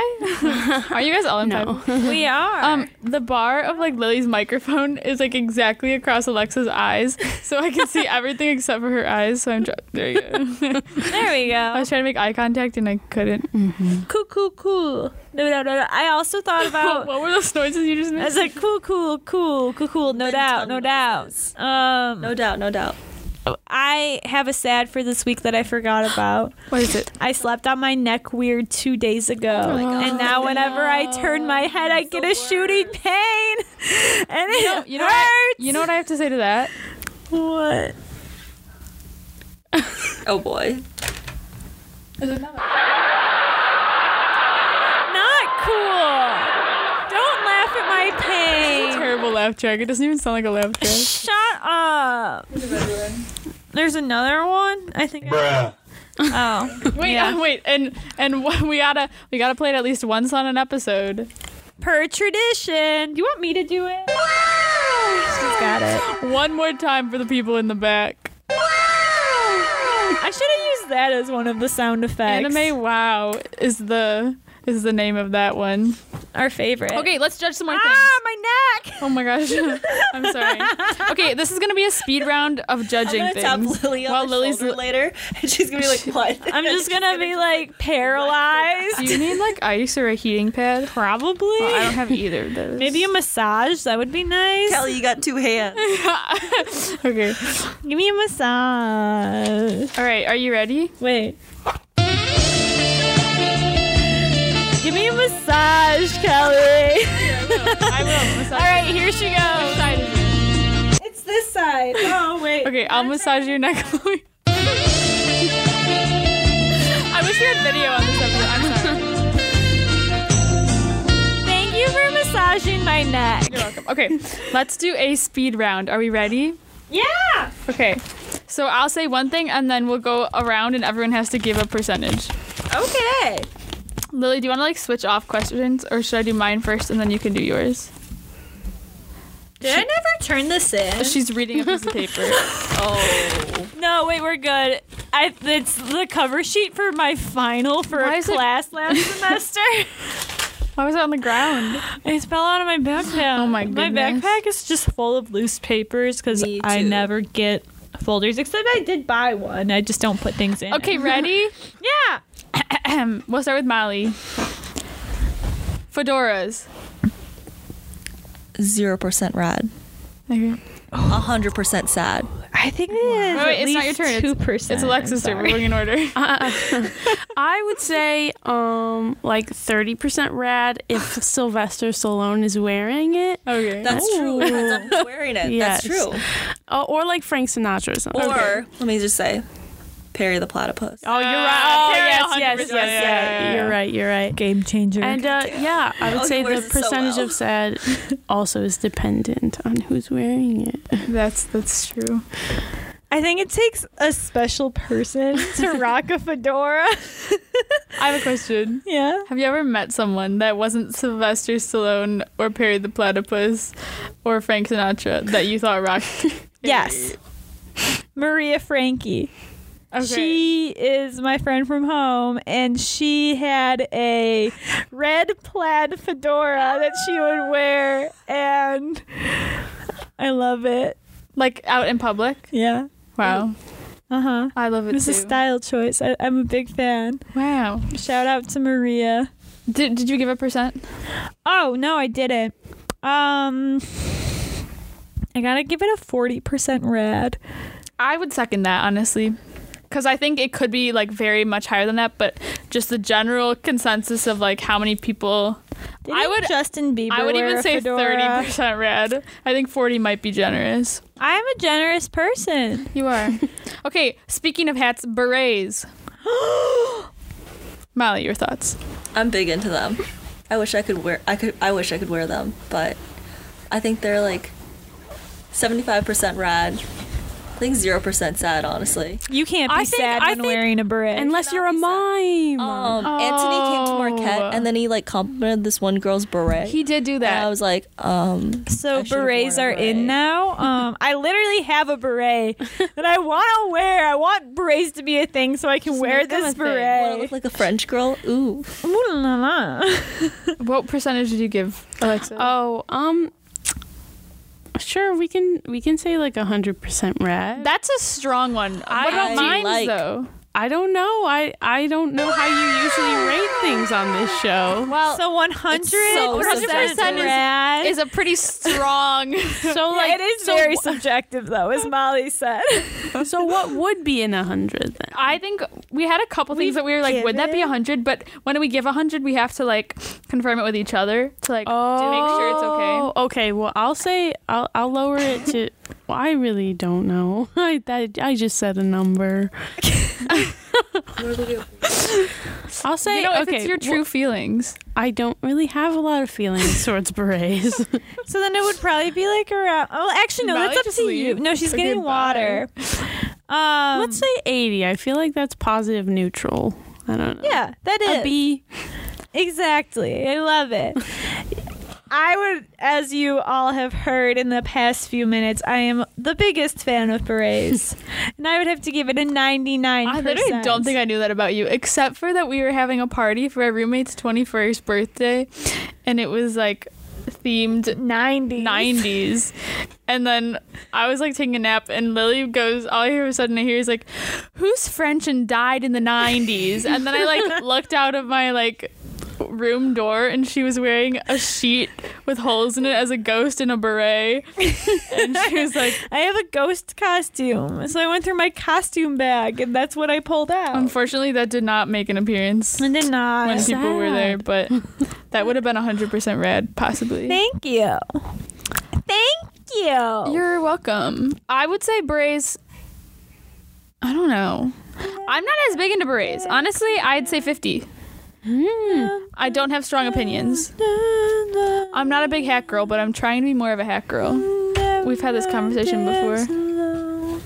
Are you guys all [laughs] in No. Pie? [laughs] We are. Um, the bar of like Lily's microphone is like exactly across Alexa's eyes, [laughs] so I can see everything except for her eyes. So I'm try- there. You go. there we I go. was trying to make eye contact and I couldn't. [laughs] Cool, cool, cool. No, no, no, no. I also thought What, [laughs] about. what were those noises you just I made? was like, cool, cool, cool, cool, cool. No Then doubt, tongue no doubt. noises. Um, No doubt, no doubt. I have a sad for this week that I forgot about. What is it? I slept on my neck weird two days ago, God. and now whenever I turn my head, I get a shooting pain, [laughs] and it know- you know what- hurts. You know what I have to say to that? what? Oh boy. Not cool. Don't laugh at my pain. Terrible laugh track. It doesn't even sound like a laugh track. Shut up. There's another one. I think. I- oh, [laughs] Wait, Yeah. uh, wait, and and [laughs] wh- we gotta we gotta play it at least once on an episode. per tradition. Do you want me to do it? She's got it. [gasps] One more time for the people in the back. I should have used that as one of the sound effects. Anime Wow is the is the name of that one. our favorite. Okay, let's judge some more things. Ah, my neck. Oh my gosh, [laughs] I'm sorry. Okay, this is gonna be a speed round of judging I'm gonna tap things. Lily on While the Lily's shoulder l- later, [laughs] and she's gonna be like, "What?" [laughs] I'm just gonna be like [laughs] Do paralyzed. you need like ice or a heating pad? Probably. Well, I don't have either of those. [laughs] Maybe a massage. That would be nice. Kelly, you got two hands. Okay. Give me a massage. All right. Are you ready? Wait. Give me a massage, [laughs] Kelly. I will. All right, here she goes. It's [laughs] this side. Oh wait. Okay, I'll massage your [laughs] neck, [laughs] Chloe. I wish we had video on this episode. I'm sorry. Thank you for massaging my neck. You're welcome. Okay, let's do a speed round. Are we ready? Yeah. Okay. So I'll say one thing and then we'll go around and everyone has to give a percentage. Okay. Lily, do you want to like switch off questions or should I do mine first and then you can do yours? Did I never turn this in? She's reading a piece of paper. No, wait, we're good. I, it's the cover sheet for my final for Why a is it- [laughs] class last semester. [laughs] Why was it on the ground? it fell out of my backpack. Oh my My goodness. backpack is just full of loose papers because Me I too. never get folders. Except I did buy one. I just don't put things in. it. Okay, ready? [clears throat] Yeah. Ahem. we'll start with Molly. Fedoras. Zero percent rad. Okay. hundred percent sad. I think it is. Wait, wait, it's not your turn. It's- Two percent. It's Alexa's turn. We're going in order. [laughs] I would say um like 30% rad [laughs] if Sylvester Stallone is wearing it. Okay. That's true. It depends on who's wearing it. Yes. That's true. Uh, or like Frank Sinatra or something. Or let me just say, Perry the platypus. Oh, you're right. Ah, Oh, Perry, yes, 100%. yes, yes, Yeah, yes. yeah, yeah, You're yeah. right. You're right. Game changer. And uh, yeah, I would Oh, he say the wears it so percentage well. of sad also is dependent on who's wearing it. That's that's true. I think it takes a special person to rock a fedora. I have a question. yeah. Have you ever met someone that wasn't Sylvester Stallone or Perry the Platypus or Frank Sinatra that you thought [laughs] rocked? Yes. Maria Frankie. She is my friend from home, and she had a red plaid fedora uh, that she would wear, and I love it. like out in public. Yeah. Wow, Uh huh. I love it It was too. a style choice. I, I'm a big fan. wow. Shout out to Maria. Did did you give a percent? Oh no, I didn't. Um, I gotta give it a forty percent rad. I would second that honestly, because I think it could be like very much higher than that. But just the general consensus of like how many people Didn't I would- Justin Bieber. I would wear even a say thirty fedora? percent red. I think forty might be generous. I'm a generous person. You [laughs] are. okay. Speaking of hats, [gasps] berets. Molly, your thoughts? I'm big into them. I wish I could wear I could I wish I could wear them, but I think they're like 75% rad. I think 0% sad, honestly. You can't be I think- sad I when think- wearing a beret. Unless you're a mime. Um, Anthony came to Marquette and then he like complimented this one girl's beret. He did do And I that. was like, um, so I should've berets worn are a beret. in now. Um, I literally have a beret that I want to wear. I want berets to be a thing so I can wear make them a this thing. I beret. look like a French girl. Ooh. Ooh la la. What percentage did you give Alexa? Oh, um, sure we can we can say like a hundred percent red. that's a strong one. I what about do mine like- though? I don't know. I I don't know how you usually rate things on this show. Well, So 100 subjective. percent rad. is a pretty strong. So Yeah, like it is so, very subjective though, as Molly said. so what would be in a hundred [laughs] then? I think we had a couple things that we were like, would that be given- hundred? But when we give hundred, we have to like confirm it with each other to like to make sure it's okay. Oh, Okay. Well, I'll say I'll I'll lower [laughs] it to. Well, I really don't know. [laughs] I that, I just said [laughs] a number. I'll say You know, if okay. it's your well, true feelings. I don't really have a lot [laughs] of feelings towards berets. So then it would probably be like around. Oh, actually, no, Molly that's up just to leave. you. No, she's Say getting goodbye. water. Um, Let's say eighty. I feel like that's positive neutral. I don't know. yeah, that A is B. exactly. I love it. I would, as you all have heard in the past few minutes, I am the biggest fan of berets, and I would have to give it a ninety-nine. I literally don't think I knew that about you, except for that we were having a party for our roommate's twenty first birthday, and it was like themed ninety. 90s. And then I was like taking a nap, and Lily goes, all I hear of a sudden I hear is like, who's French and died in the 90s? And then I like looked out of my like room door, and she was wearing a sheet with holes in it as a ghost in a beret. And she was like, I have a ghost costume, so I went through my costume bag, and that's what I pulled out. unfortunately, that did not make an appearance I did not. when people were there, but [laughs] that would have been 100% red, possibly. Thank you. Thank you. You're welcome. I would say berets. I don't know. I'm not as big into berets. Honestly, I'd say 50. I don't have strong opinions. I'm not a big hack girl, but I'm trying to be more of a hack girl. We've had this conversation before.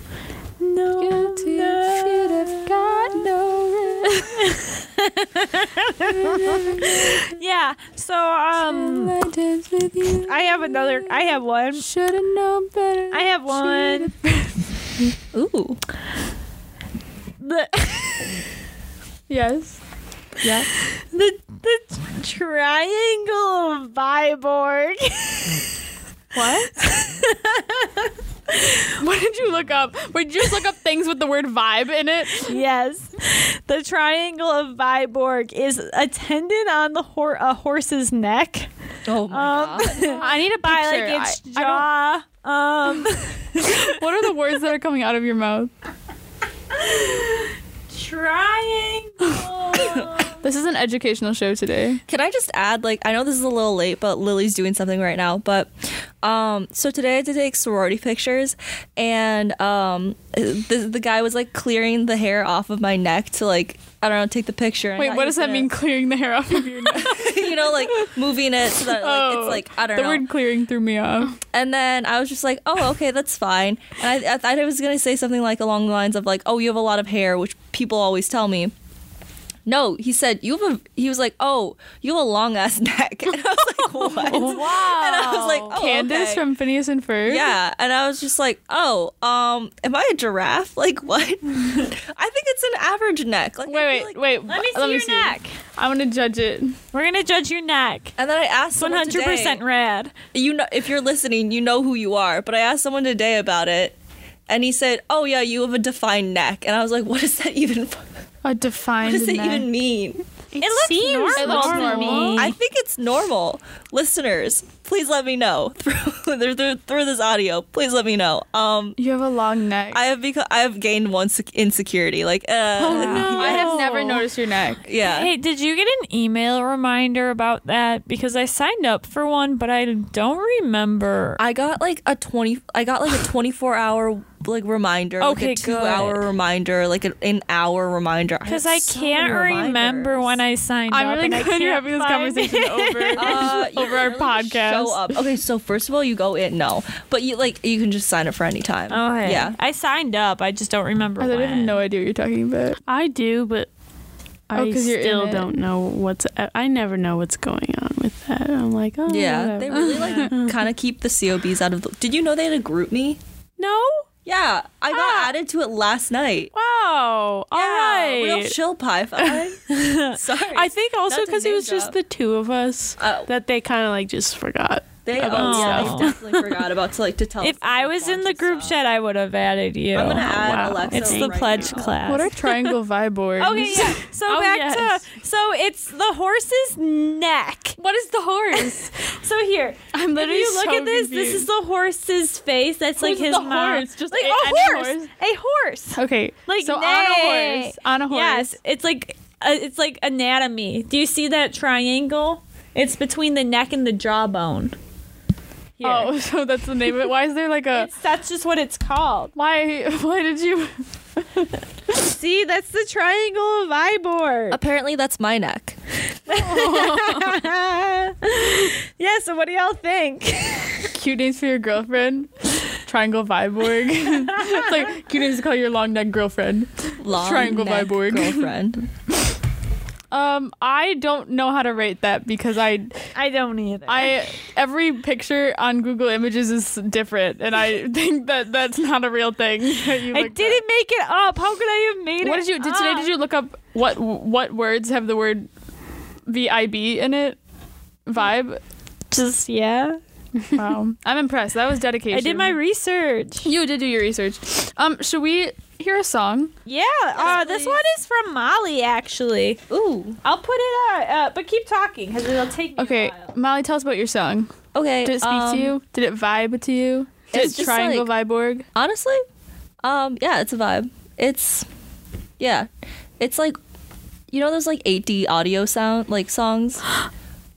Guilty feet have got no rest. [laughs] Yeah. So um, I dance with you. I have another. I have one. Should have known better. I have one. [laughs] Ooh. The Yes. Yes. the the triangle of Viborg. [laughs] What? [laughs] what did you look up? Would you just look up things with the word vibe in it? yes. The triangle of Viborg is a tendon on the hor- a horse's neck. Oh my Um, I need a by picture. like its I- I don't- jaw. [laughs] Um, what are the words that are coming out of your mouth? triangle. This is an educational show today. Can I just add, like, I know this is a little late, but Lily's doing something right now. But um, so today I had to take sorority pictures, and um, the, the guy was like clearing the hair off of my neck to like I don't know take the picture. and I Wait, thought what he does that was mean? Clearing the hair off of [laughs] your neck? gonna- [laughs] you know, like moving it so that like Oh, it's like I don't the know. word "clearing" threw me [laughs] off. And then I was just like, oh okay, that's fine. And I, I thought I was gonna say something like along the lines of like, oh you have a lot of hair, which people always tell me. No, he said you have a. He was like, "Oh, you have a long ass [laughs] neck," and I was like, "What?" Wow. And I was like, oh, Candace okay. from Phineas and Ferb. Yeah, and I was just like, "Oh, um, am I a giraffe? Like what?" I think it's an average neck. Like, I Wait, feel wait, like- wait. Let me see your neck. I want to judge it. We're gonna judge your neck. And then I asked One someone hundred percent today- rad. You know, if you're listening, you know who you are. But I asked someone today about it, and he said, "Oh yeah, you have a defined neck." And I was like, "What does that even? [laughs] What A defined does that Mm. neck. even mean?" It, looks seems normal, normal. to me. I think it's normal, listeners. please let me know [laughs] through through, through this audio. Please let me know. Um, You have a long neck. I have become I have gained one sec- insecurity. Like, uh, I have never noticed your neck. yeah. Hey, did you get an email reminder about that? Because I signed up for one, but I don't remember. I got like a twenty. I got [sighs] like a twenty-four hour like reminder. like Okay, a good. two-hour reminder, like an, an hour reminder. Because had I so can't many remember reminders. when I signed I'm up. really and I glad you're can't having this find conversation it. over. Uh, you over our really just podcast. Show up. Okay, so first of all, you go in. No, but you like you can just sign up for any time. Okay. Yeah. Oh, I signed up. I just don't remember. I literally have when. no idea what you're talking about. I do, but Oh, I 'cause you're in still it. don't know what's. I never know what's going on with that. I'm like, oh, Yeah, whatever. they really like kind of keep the COBs out of the. Did you know they had a group me? no. Yeah, I got added to it last night. Wow. Yeah, All right. real chill pie five. Sorry, I think also That's a because it name was just drop. the two of us Oh. that they kind of like just forgot. they about oh, yeah, stuff. they definitely forgot about to like to tell. If us I about was in the bunch of group stuff. chat, I would have added you. I'm gonna add wow. Alexa. it's the right pledge now. class. What [laughs] are triangle vibe boards? Okay, yeah. So Oh, back yes. to so it's the horse's neck. What is the horse? [laughs] so here, [laughs] I'm if literally you look so at this, this is confused. the horse's face. That's like Who's his the mom. horse? Just like a- a, any horse, horse? a horse. Okay, Like so on a nay. horse, on a horse. Yes, it's like uh, it's like anatomy. Do you see that triangle? It's between the neck and the jawbone. Here. Oh, [laughs] so that's the name of it. Why is there like a? [laughs] It's- that's just what it's called. Why? Why did you? See, that's the triangle [laughs] of Ivor. Apparently, that's my neck. Oh. [laughs] yeah, so what do y'all think? Cute names for your [laughs] girlfriend. Triangle Viborg. [laughs] it's like cute names to call your long neck girlfriend. Long Triangle neck Viborg. girlfriend. Um, I don't know how to rate that because I, I don't either. I every picture on Google Images is different, and I [laughs] think that that's not a real thing. [laughs] that you I looked didn't make it up. How could I have made up. it? What did you did Ah. today? Did you look up what what words have the word vib in it? [laughs] Vibe. just yeah? Wow, I'm impressed. That was dedication. I did my research. You did do your research. Um, should we hear a song? [laughs] Yeah, uh, this one is from Molly actually. Ooh. I'll put it uh, uh but keep talking because it'll take me Okay, A while. Molly, tell us about your song. Okay. Did it speak um, to you? Did it vibe to you? Did it's it just triangle viborg? Honestly, um, yeah, it's a vibe. It's yeah, it's like you know those like 8D audio sound [gasps] like songs.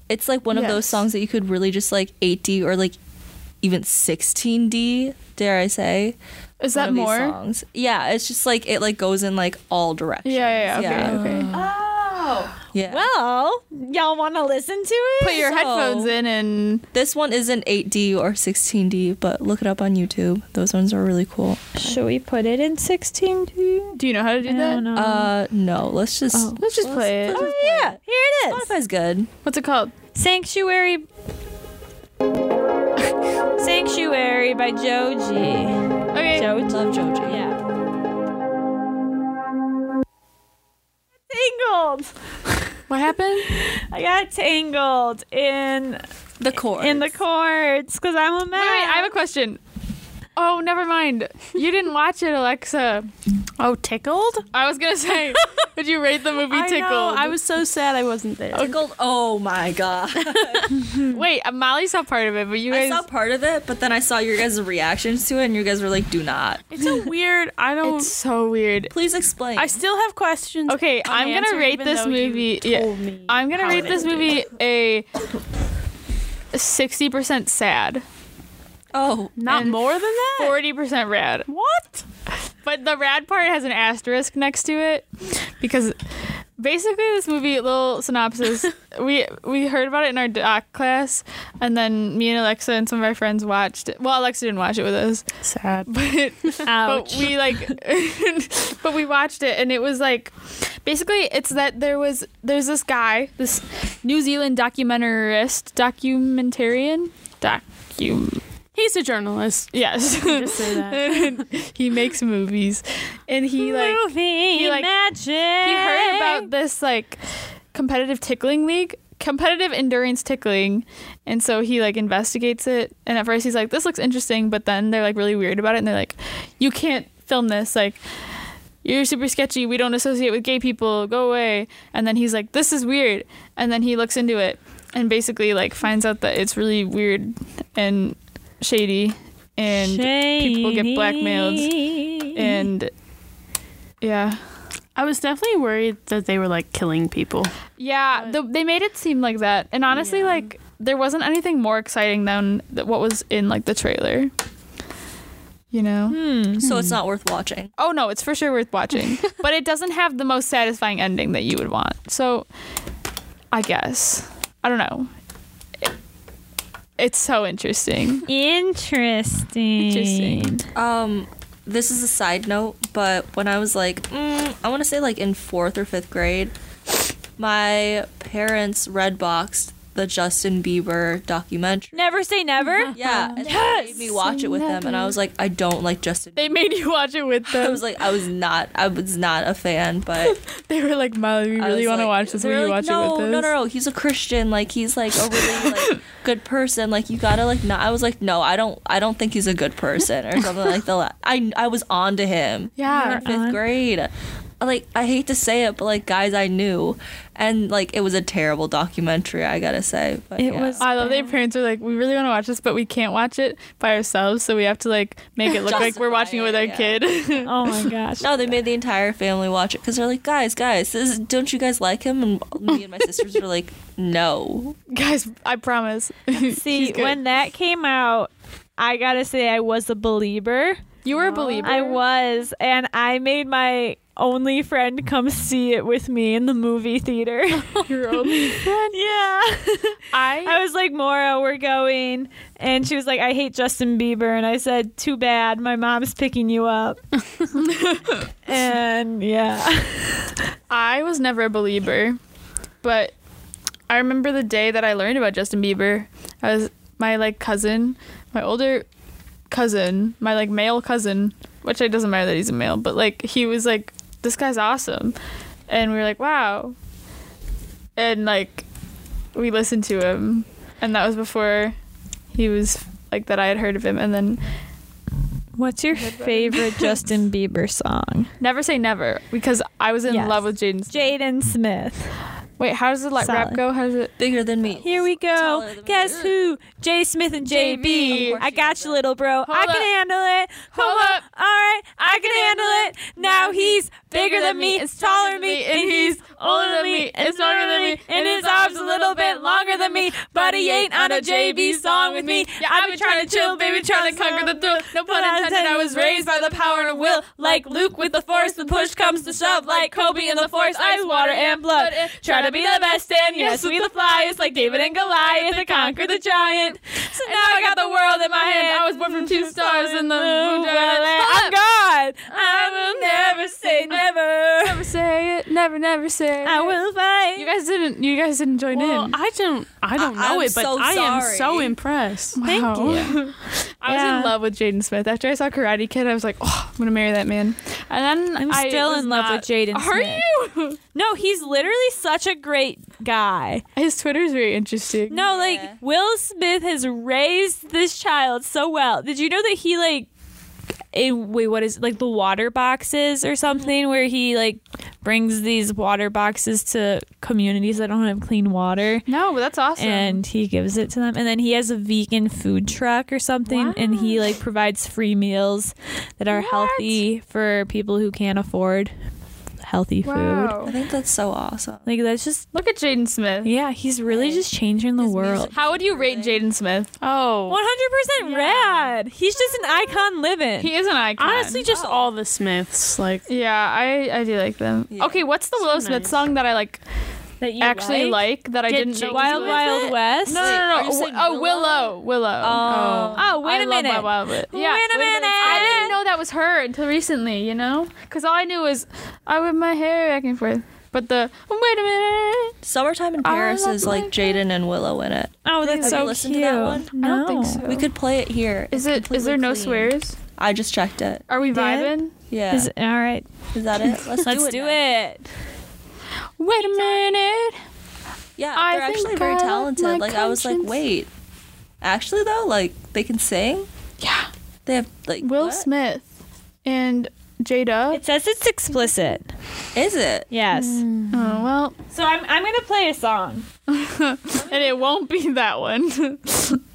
It's like one of Yes. those songs that you could really just like 8D or like even 16D. Dare I say? Is one that of these more? songs? Yeah, it's just like it like goes in like all directions. Yeah, yeah, yeah. yeah. Okay, okay. Oh yeah. well, y'all want to listen to it? Put your So- headphones in and This one isn't 8D or 16D, but look it up on YouTube. Those ones are really cool. Should we put it in sixteen? Do do you know how to do that? know. Uh, no, let's just. Oh. Let's just play it. oh yeah, here it is. Spotify's good. What's it called? Sanctuary. [laughs] Sanctuary by Joji. Okay. Joji. Love Joji. Yeah. Tangled. What [laughs] happened? I got tangled in The core. in the chords because I'm a man. Wait, wait, I have a question. Oh, never mind. You didn't watch it, Alexa. Oh, tickled. I was gonna [laughs] say, would you rate the movie I Tickled? know. I was so sad I wasn't there. Tickled. Oh my god! Wait, uh, Molly saw part of it, but you guys. I saw part of it, but then I saw your guys' reactions to it, and you guys were like, "Do not." It's a weird. I don't. it's so weird. Please explain. I still have questions. Okay, I'm gonna unanswered, rate even this though you movie. told Yeah, me I'm gonna how rate it this ended. movie a sixty percent sad, oh, Not and more than that. forty percent rad. what? But the rad part has an asterisk next to it because basically this movie little synopsis we we heard about it in our doc class and then me and Alexa and some of our friends watched it. Well, Alexa didn't watch it with us, Sad. [laughs] but Ouch. but we like [laughs] but we watched it and it was like basically it's that there was there's this guy this new zealand documentarist documentarian docu He's a journalist. yes Just say that. [laughs] he makes movies and he like Movie he, like- magic. he heard about this like competitive tickling league competitive endurance tickling and so he like investigates it and at first he's like this looks interesting but then they're like really weird about it and they're like you can't film this like you're super sketchy we don't associate with gay people go away and then he's like this is weird and then he looks into it and basically like finds out that it's really weird and shady and people get blackmailed Shady. and yeah I was definitely worried that they were like killing people. yeah the, they made it seem like that and honestly like there wasn't anything more exciting than th- what was in like the trailer you know Hmm. So it's not worth watching. oh no it's for sure worth [laughs] watching but it doesn't have the most satisfying ending that you would want so i guess i don't know It- it's so interesting [laughs] Interesting. Interesting. Um, this is a side note, but when I was like, mm, I want to say like in fourth or fifth grade, my parents red boxed the Justin Bieber documentary. Never say never. [laughs] Yeah, and they made me watch it with them, and I was like, I don't like Justin. They made you watch it with [laughs] I them. was like, I was not, I was not a fan, but they were like, Molly, we I really was want to like- watch this. they Will you were like, watch it no, with us? No, no, no. He's a Christian. Like he's like a [laughs] really like good person. Like you gotta like not. I was like, no, I don't. I don't think he's a good person or something like that. I I was on to him. [laughs] Yeah. in fifth grade. Like I hate to say it, but like guys, I knew, and like it was a terrible documentary. I gotta say, but It yeah. was- I love that your parents are like, we really want to watch this, but we can't watch it by ourselves, so we have to like make it look like we're watching it with our Justify kid. [laughs] Oh my gosh. No, they made the entire family watch it because they're like, guys, guys, this is, don't you guys like him? And [laughs] me and my sisters were like, no. Guys, I promise. See, when that came out, I gotta say I was a believer. you were a believer, I was, and I made my only friend come see it with me in the movie [laughs] theater. your [laughs] only friend. yeah. I was like, Mora, we're going. And she was like, I hate Justin Bieber. And I said, Too bad. My mom's picking you [laughs] up. and yeah. I was never a believer, but I remember the day that I learned about Justin Bieber. I was my like cousin, my older cousin, my like male cousin, which it doesn't matter that he's a male, but like he was like, this guy's awesome, and we were like, wow, and like we listened to him, and that was before he was like that I had heard of him, and then What's your favorite Justin Bieber song? never say never because I was in Yes. love with Jaden. Smith. [laughs] Jaden Smith. Wait, how does the like, rap Solid. go? How does it? Bigger than me. Here we Taller go. than me. Guess who? Jay Smith and JB. JB. I got you, little bro. I Hold can up. handle it. Hold Hold up. up. All right. I can handle it. Now he's bigger than me. It's taller than me. And he's older than me. And stronger than me. And his arms a little bit longer than me. But he ain't on a JB song with me. Yeah, I've been trying to chill, baby, trying to conquer the thrill. No pun intended, I was raised by the power and the will. Like Luke with the force, the push comes to shove. Like Kobe in the force, ice, water, and blood. Try to be the best, and yes, we the flyest. Like David and Goliath, to conquer the giant. So now I got the world in my hand. I was born from two stars in the moon. giant. I'm God. I will never say never. Never say it, never, never say it. I will You fight. guys didn't. You guys didn't join Well, in. I don't, I don't know I'm it, but so I am sorry. so impressed. Thank Oh. you. I was Yeah. in love with Jaden Smith. After I saw Karate Kid, I was like, oh, I'm gonna marry that man. And then I'm I still was in love not- with Jaden Are Smith. you? No, he's literally such a great guy. His Twitter's very interesting. No, Yeah. like Will Smith has raised this child so well. Did you know that he like a wait, what is it, like the water boxes or something where he like brings these water boxes to communities that don't have clean water No, but that's awesome. and he gives it to them and then he has a vegan food truck or something and he like provides free meals that are healthy for people who can't afford healthy food. I wow. think that's so awesome. Like that's just Look at Jaden Smith. yeah, he's really just changing the His music world. How would you rate Jaden Smith? Oh, One hundred percent rad. He's just an icon living. He is an icon. honestly, just Oh. all the Smiths. Like, Yeah, I, I do like them. Yeah. Okay, what's the Willow Smith nice. song that I like that you actually like, that I Get didn't J- know? Wild was- Wild West. No, no, Wait, no, are you no. saying Oh, Willow, Willow. Oh. Oh, wait a a minute. Wild West. Wait Yeah. a minute. I didn't know that was her until recently, you know? Because all I knew was I whip my hair back and forth. But the oh, wait a minute. Summertime in I Paris love is like my Jaden and Willow in it. Have Oh, that's so you listened cute. to that one? No. I don't think so. We could play it here. is It's it? Is there completely no clean. swears? I just checked it. Are we Dead? vibing? Yeah. Is, Is, all right, that [laughs] it? Let's, let's do now. it. Wait a minute. Yeah, I they're think actually I very love my talented. Like I was like, conscience. wait. Actually though, like they can sing. Yeah. They have like Will what? Smith and Jada. It says it's explicit. Is it? Yes. Oh, well, So I'm I'm gonna play a song. and it won't be that one. [laughs]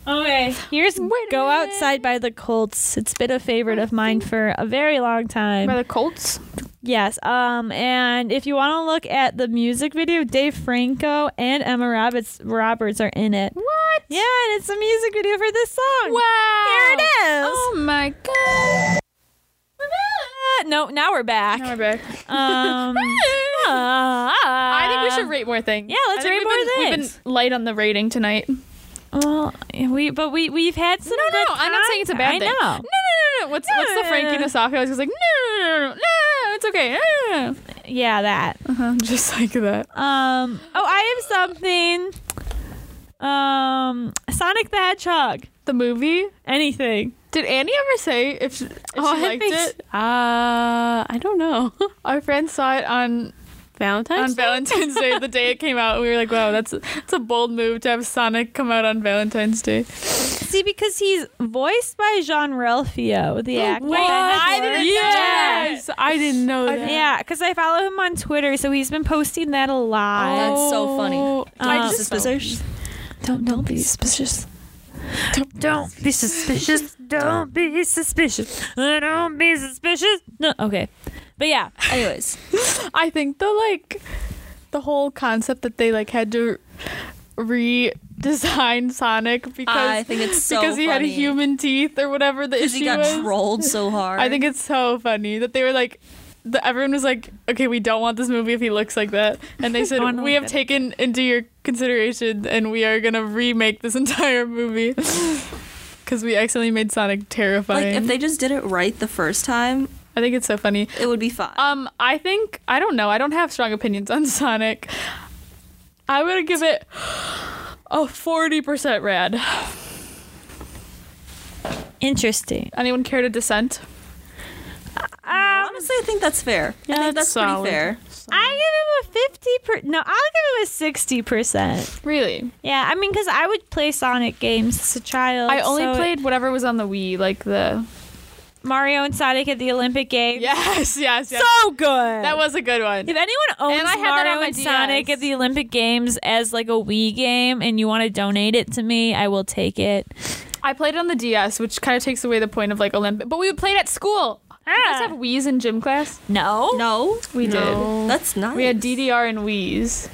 Okay. Here's Go Outside by the Colts. It's been a favorite of mine for a very long time. By the Colts. Yes. Um, and if you want to look at the music video, Dave Franco and Emma Roberts Roberts are in it. What? Yeah, and it's a music video for this song. Wow. Here it is. Oh my god. Ah, [laughs] No, now we're back. Now we're back. Um, I [laughs] I think we should Um, rate more things. yeah, let's I think rate we've more been- things. We've been light on the rating tonight. No, uh, Well, we but we we've had some. no, good no. I'm not saying it's a bad content. thing. I know. No, no, no, no. What's No, what's no, the no, Frankie no. Nasafia? I was like, no, no, no, no, no, no, it's okay. No, no, no, no. Yeah, that. Uh-huh, just like that. Um. Oh, I am something. Um, Sonic the Hedgehog. The movie. Anything. Did Annie ever say if she, if Oh, she I liked think s- it? Uh, I don't know. [laughs] Our friend saw it on Valentine's on Valentine's Day, the day it came out, and we were like, "Wow, that's it's a bold move to have Sonic come out on Valentine's Day." See, because he's voiced by Jean Ralphio, the actor. yes, I didn't know that. Yeah, because I follow him on Twitter, so he's been posting that a lot. That's so funny. Oh, I Don't be just- [laughs] suspicious. don't, don't be suspicious. Don't, don't be suspicious. Don't be suspicious. Don't be suspicious. No, okay, but yeah, Anyways, I think the like the whole concept that they like had to redesign Sonic I because think it's so because he had funny. human teeth or whatever the Because issue he got was. trolled so [laughs] hard. I think it's so funny that they were like. The, everyone was like, "Okay, we don't want this movie if he looks like that," and [laughs] they said, I wanna "We have look at it." taken into your consideration, and we are gonna remake this [laughs] entire movie because we accidentally made Sonic like terrifying." if they just did it right the first time, I think it's so funny. it would be fine. Um, I think I don't know. I don't have strong opinions on Sonic. I would give it a forty percent rad. interesting. Anyone care to dissent? Honestly, I think that's fair. I Yeah, think that's that's solid. pretty fair. I give him a fifty per. No, I'll give him a sixty percent. Really? Yeah, I mean, because I would play Sonic games as a child. I only so played whatever was on the Wii, like the Mario and Sonic at the Olympic Games. yes, yes, yes. so good. that was a good one. If anyone owns And I had that Mario on my and Sonic DS. at the Olympic Games as like a Wii game, and you want to donate it to me, I will take it. I played it on the DS, which kind of takes away the point of like Olympic. But we would play it at school. Did You guys have Wii's in gym class? No, no, No, Ah! We did. that's not. We had DDR and Wii's.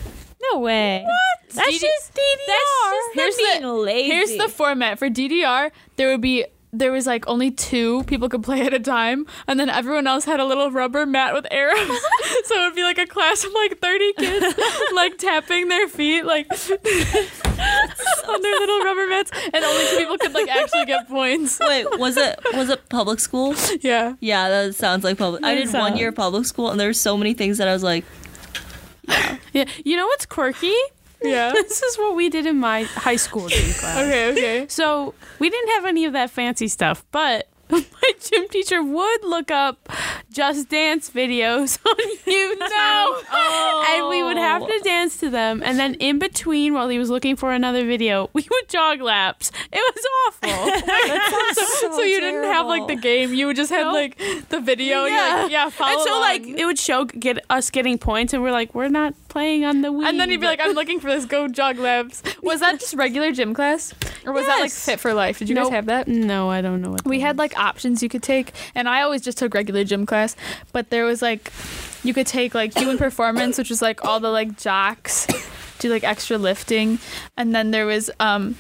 way. What? That's DD just DDR. That's just Here's here's the- being lazy. Here's the format for DDR. There would be there was like only two people could play at a time, and then everyone else had a little rubber mat with [laughs] arrows. so it would be like a class of like thirty [laughs] kids, like tapping their feet, [laughs] like on their little rubber mats, and only two people could like actually get [laughs] points. Wait, was it was it public school? Yeah. Yeah, that sounds like public. I That did one sounds- year of public school, and there were so many things that I was like, yeah. [laughs] You know what's quirky? Yeah. [laughs] This is what we did in my high [laughs] school gym class. Okay. Okay. So we didn't have any of that fancy stuff, but [laughs] my gym teacher would look up Just Dance videos [laughs] on [laughs] YouTube. Oh. And we would have to dance to them. And then in between, while he was looking for another video, [laughs] we would jog laps. It was [laughs] awful. so, so you didn't have like the game. You just had Nope. like the video. Yeah. And you're like, yeah. Follow and so, like, along. it would show get us getting points, and we're like, we're not playing on the Wii. And then you'd be like, I'm looking for this. Go jog labs. [laughs] Was that just regular gym class? Or was that like Yes. fit for life? Did you Nope. guys have that? no, I don't know what. We that had is. like options you could take. And I always just took regular gym class. But there was like, you could take like human performance, which was like all the like jocks do like extra lifting. And then there was, um,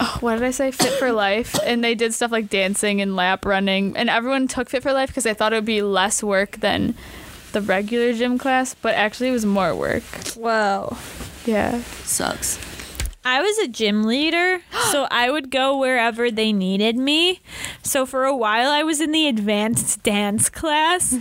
Oh, what did I say? Fit for Life. And they did stuff like dancing and lap running. And everyone took Fit for Life because they thought it would be less work than the regular gym class, but actually it was more work. whoa. Yeah. sucks. I was a [gasps] gym leader, so I would go wherever they needed me. So for a while, I was in the advanced [laughs] dance class,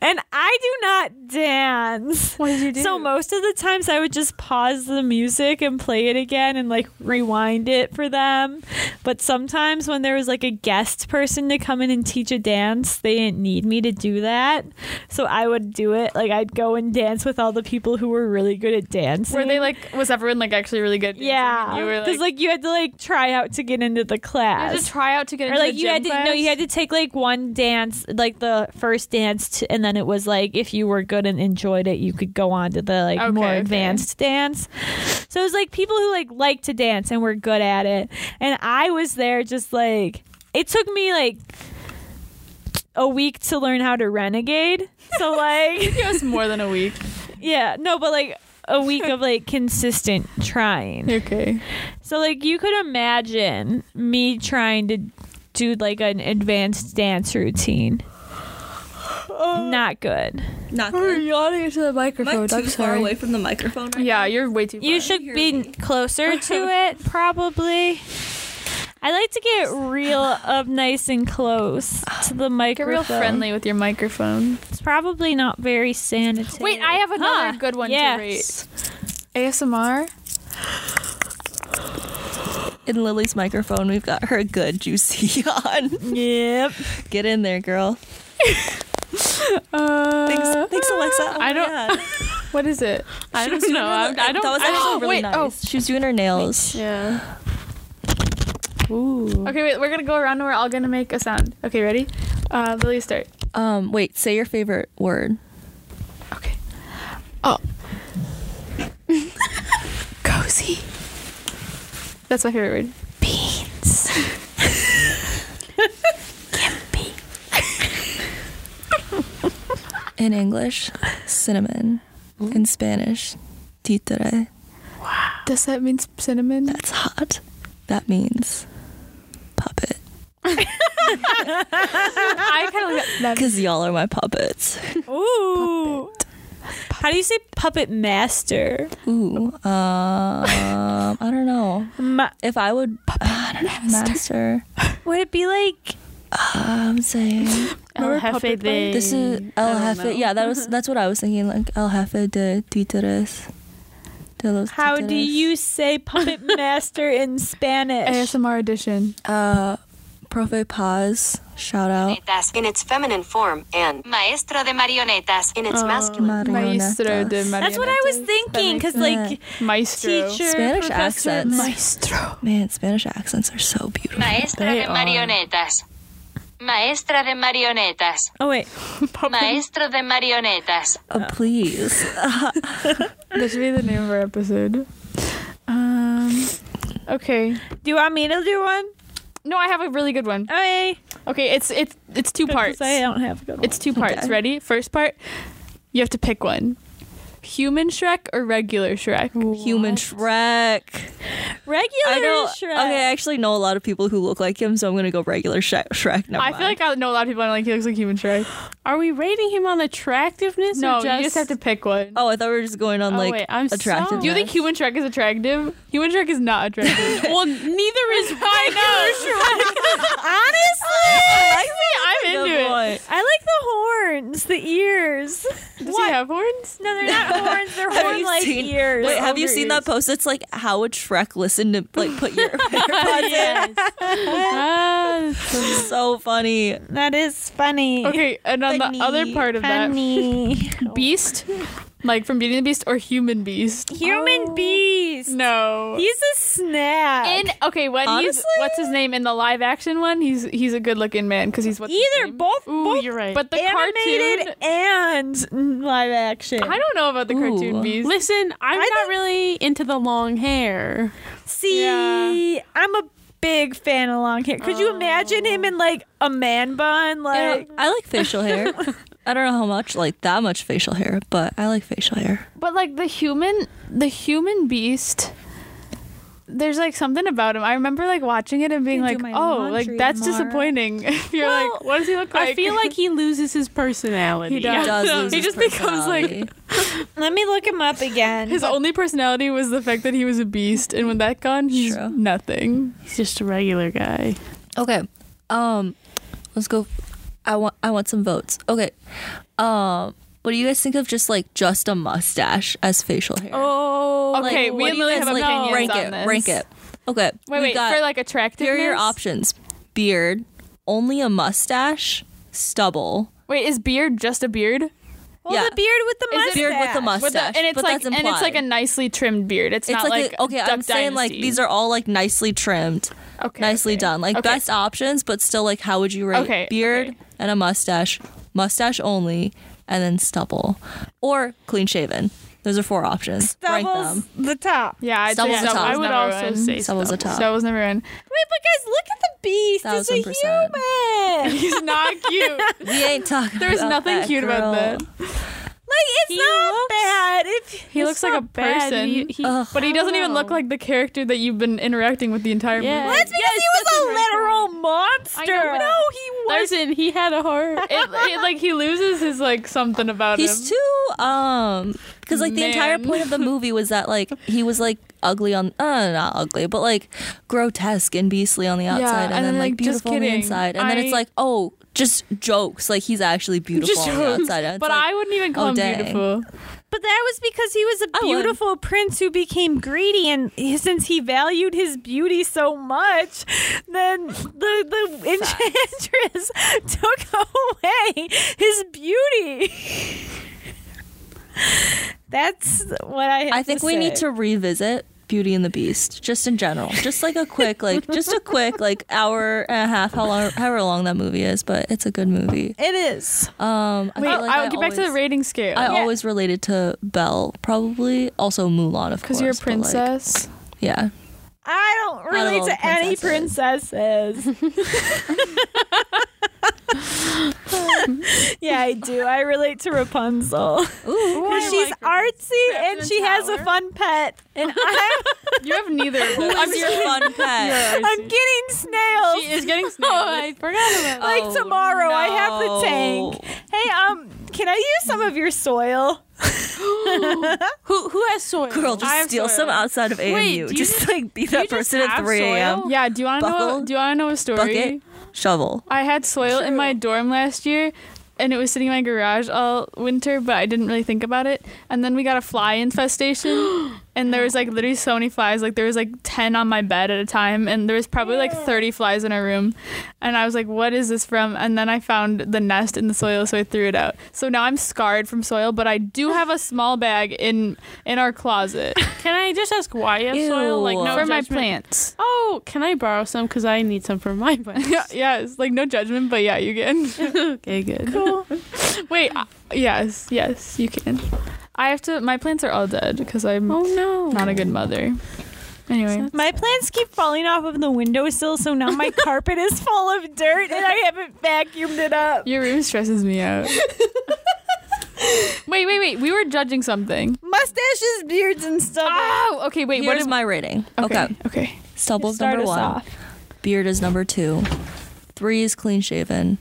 and I do not dance. What did you do? So most of the times I would just pause the music and play it again and like rewind it for them. But sometimes when there was like a guest person to come in and teach a dance, they didn't need me to do that. So I would do it. Like I'd go and dance with all the people who were really good at dancing. Were they like? Was was everyone like actually really good? dancer? Yeah, you were because like, like, you had to like try out to get into the you had to class, try out to get or into like the you gym had to class? no, you had to take like one dance, like the first dance, to, and then it was like if you were good and enjoyed it, you could go on to the like Okay, more okay. advanced dance. So it was like people who like like to dance and were good at it, and I was there just like it took me like a week to learn how to renegade. So like. [laughs] It was more than a week. Yeah, no, but like a week of like consistent trying. Okay. So like you could imagine me trying to do like an advanced dance routine. Uh, Not good. Not good. yawning into the Am microphone. I too far away from the microphone? Right Yeah, you're way too. You far. should hear be me. [laughs] closer to it, probably. I like to get real up nice and close to the get microphone. real friendly with your microphone. It's probably not very sanitary. Wait, I have another Huh, good one yes. to rate. ASMR. now? In Lily's microphone, we've got her good juicy [laughs] yawn. Yep. Get in there, girl. Uh, Thanks, thanks, Alexa. Oh my I don't- God. What is it? I She was don't doing [laughs] know. her- I'm, I don't. That was I actually don't, really wait, nice. oh. She was doing her nails. yeah. Ooh. Oh, Okay, wait. We're gonna go around and we're all gonna make a sound. Okay, ready? Uh, Lily, start. Um, wait, say your favorite word. Okay. Oh. Cozy. That's my favorite word. Beans. Gimpy. In English, cinnamon. In Spanish, titere. Does that mean cinnamon? [laughs] That's hot. That means puppet. I kind of like that. Because y'all are my puppets. [laughs] Ooh. How do you say puppet master? Ooh. Um, I don't know. Ma- If I would I don't know, master, would it be like I'm saying El Jefe de. this is El Jefe. Yeah, that was that's what I was thinking. Like El Jefe de Títeres. De los how do títeres. you [laughs] say puppet master in Spanish? ASMR edition. Uh, Profe Paz. Shout out. marionetas in its feminine form and maestro de marionetas in its masculine. Ah, Maestro de Marionetas. That's what I was marionetas. thinking cuz sense. like Maestro. teacher Spanish professor, accents. Maestro. Man, Spanish accents are so beautiful. Maestra de marionetas. Maestra de [laughs] marionetas. Oh wait. Maestro de marionetas. Oh, please. That should be the name of our episode. Um. Okay. Do you want me to do one? No, I have a really good one. Okay. Okay, it's it's it's two parts. 'Cause I don't have a good one. It's two parts. Okay. Ready? First part, you have to pick one. Human Shrek or regular Shrek? Human Shrek. regular I know. Shrek. Okay, I actually know a lot of people who look like him, so I'm gonna go regular Shrek. Shrek never I feel like I know a lot of people and like he looks like Human Shrek. Are we rating him on attractiveness? No, or just, you just [laughs] have to pick one. Oh, I thought we were just going on Oh, like wait, I'm attractive. sorry. Do you think Human Shrek is [laughs] attractive? Human Shrek is not [laughs] attractive. Well, neither is [laughs] regular Shrek. Honestly, I'm Good into it. point. I like the horns, the ears. Does he have horns? No, they're [laughs] not horns. They're Have you horn-like seen- ears. Wait, have you seen that post? It's like how would Shrek listen to like put your [laughs] AirPods Ah, [laughs] in? So funny. That is funny. Okay, and on the other part of Funny. that, Beast, like from Beauty and the Beast, or Human Beast? Oh. Human beast. No. [laughs] He's a snack. in okay, when he's Honestly? what's his name in the live action one? He's he's a good looking man because he's what's his Either name? both, Ooh, both you're right. But the animated cartoon, and live action. I don't know about the cartoon Ooh. beast. Listen, I I'm not don't- really into the long hair. See, I'm a big fan of long hair. Could you imagine him in like a man bun? Like, I like facial hair. [laughs] I don't know how much like that much facial hair, but I like facial hair. But like the human, the human beast. There's like something about him. I remember like watching it and being Can like, do my "Oh, like laundry that's tomorrow." disappointing." [laughs] If you're Well, like, "What does he look like?" I feel like he loses his personality. He does. [laughs] Does Yeah. lose he his just becomes, like, personality. let me look him up [laughs] [laughs] again. his only personality was the fact that he was a beast, and when that gone, he's True. nothing. He's just a regular guy. Okay. Um let's go I want I want some votes. Okay. Um what do you guys think of just like just a mustache as facial hair? Oh, Like, okay, what we do and you Lily guys, have like, opinions rank on it, this. rank it. Okay. Wait, we wait got for like attractiveness. here are your options. Beard, only a mustache, stubble. Wait, is beard just a beard? Well, yeah. the beard with the Is mustache. it- beard with the mustache. With the, and it's but like that's and it's like a implied. nicely trimmed beard. It's, It's not like, like, a- okay. I'm Duck saying like Dynasty. these are all like nicely trimmed, okay, nicely okay. done, like Okay. best options, but still like how would you rate Okay, beard okay. and a mustache, mustache only, and then stubble, or clean shaven. Those are four options. Rank Stubble's them. the top. Yeah, I'd Stubble's say a Stubble- top. I would Stubble's also number one. say Stubble's a top. That was number [laughs] one. Wait, but guys, look at the beast. It's a Thousand percent. [laughs] human. He's not [laughs] cute. We ain't talking. There's about nothing that, cute girl. about that. Like it's He not looks- bad. If He looks like a person, Ugh. but he doesn't even look like the character that you've been interacting with the entire Yeah. movie. that's because he was a literal monster. but- no, he was. Larson, he had a heart. [laughs] It, [laughs] it, like he loses his like something about him. He's too um because like the entire Man. point of the movie was that like he was like ugly on uh not ugly but like grotesque and beastly on the outside and, and then, then, like like, just beautiful on the kidding. inside and then it's I- like oh just jokes like he's actually beautiful Just on the jokes. outside and it's But like, I wouldn't even call oh, him dang. beautiful. But that was because he was a I would. beautiful prince who became greedy, and since he valued his beauty so much, then the the enchantress [laughs] took away his [laughs] beauty. That's what I. Have I think to we say. need to revisit Beauty and the Beast just in general just like a quick like just a quick like hour and a half how long however long that movie is but it's a good movie It is. um I Wait, feel like I'll I get back to always- the rating scale. I always related to Belle, probably also Mulan, of course. because you're a but, like, princess. yeah, I don't relate love to any princesses. [laughs] yeah, I do. I relate to [laughs] Rapunzel. Because she's artsy and she has a fun pet. And I'm, you have neither. Of them. I'm [laughs] your fun pet. I'm getting snails. She is [laughs] getting snapped. I forgot about like Oh, tomorrow, I have no. the tank. Hey, um, can I use some of your soil? Who who has soil? Girl, just I have steal soil. some outside of AMU. Wait, do you just, just- like be you that just person at have 3 a.m. soil? Yeah, do you want to know? Buckle, Do you want to know a story? Bucket, shovel. I had soil in my dorm last year and it was sitting in my garage all winter, but I didn't really think about it. And then we got a fly infestation and there was like literally so many flies. Like there was like 10 on my bed at a time and there was probably like 30 flies in our room. And I was like, what is this from? And then I found the nest in the soil, so I threw it out. So now I'm scarred from soil, but I do have a small bag in in our closet Can I just ask why you have soil? Like Ew. no for my judgment. plants. Oh, can I borrow some? Because I need some [laughs] for my plants. Yeah, yes, like no judgment, but yeah, you can. [laughs] Okay, good. Wait, uh, yes, yes, you can. I have to. My plants are all dead because I'm Oh [laughs] no. not a good mother. Anyway, My plants keep falling off of the windowsill, so now my carpet is full of dirt and I haven't vacuumed it up. your room stresses me [laughs] out. wait, wait, wait. We were judging something. Mustaches, beards, and stuff. Oh, okay. Wait, Here's what is my rating. Okay. Okay, okay. Stubble's Start number us one. off. Beard is number two. Three is clean shaven.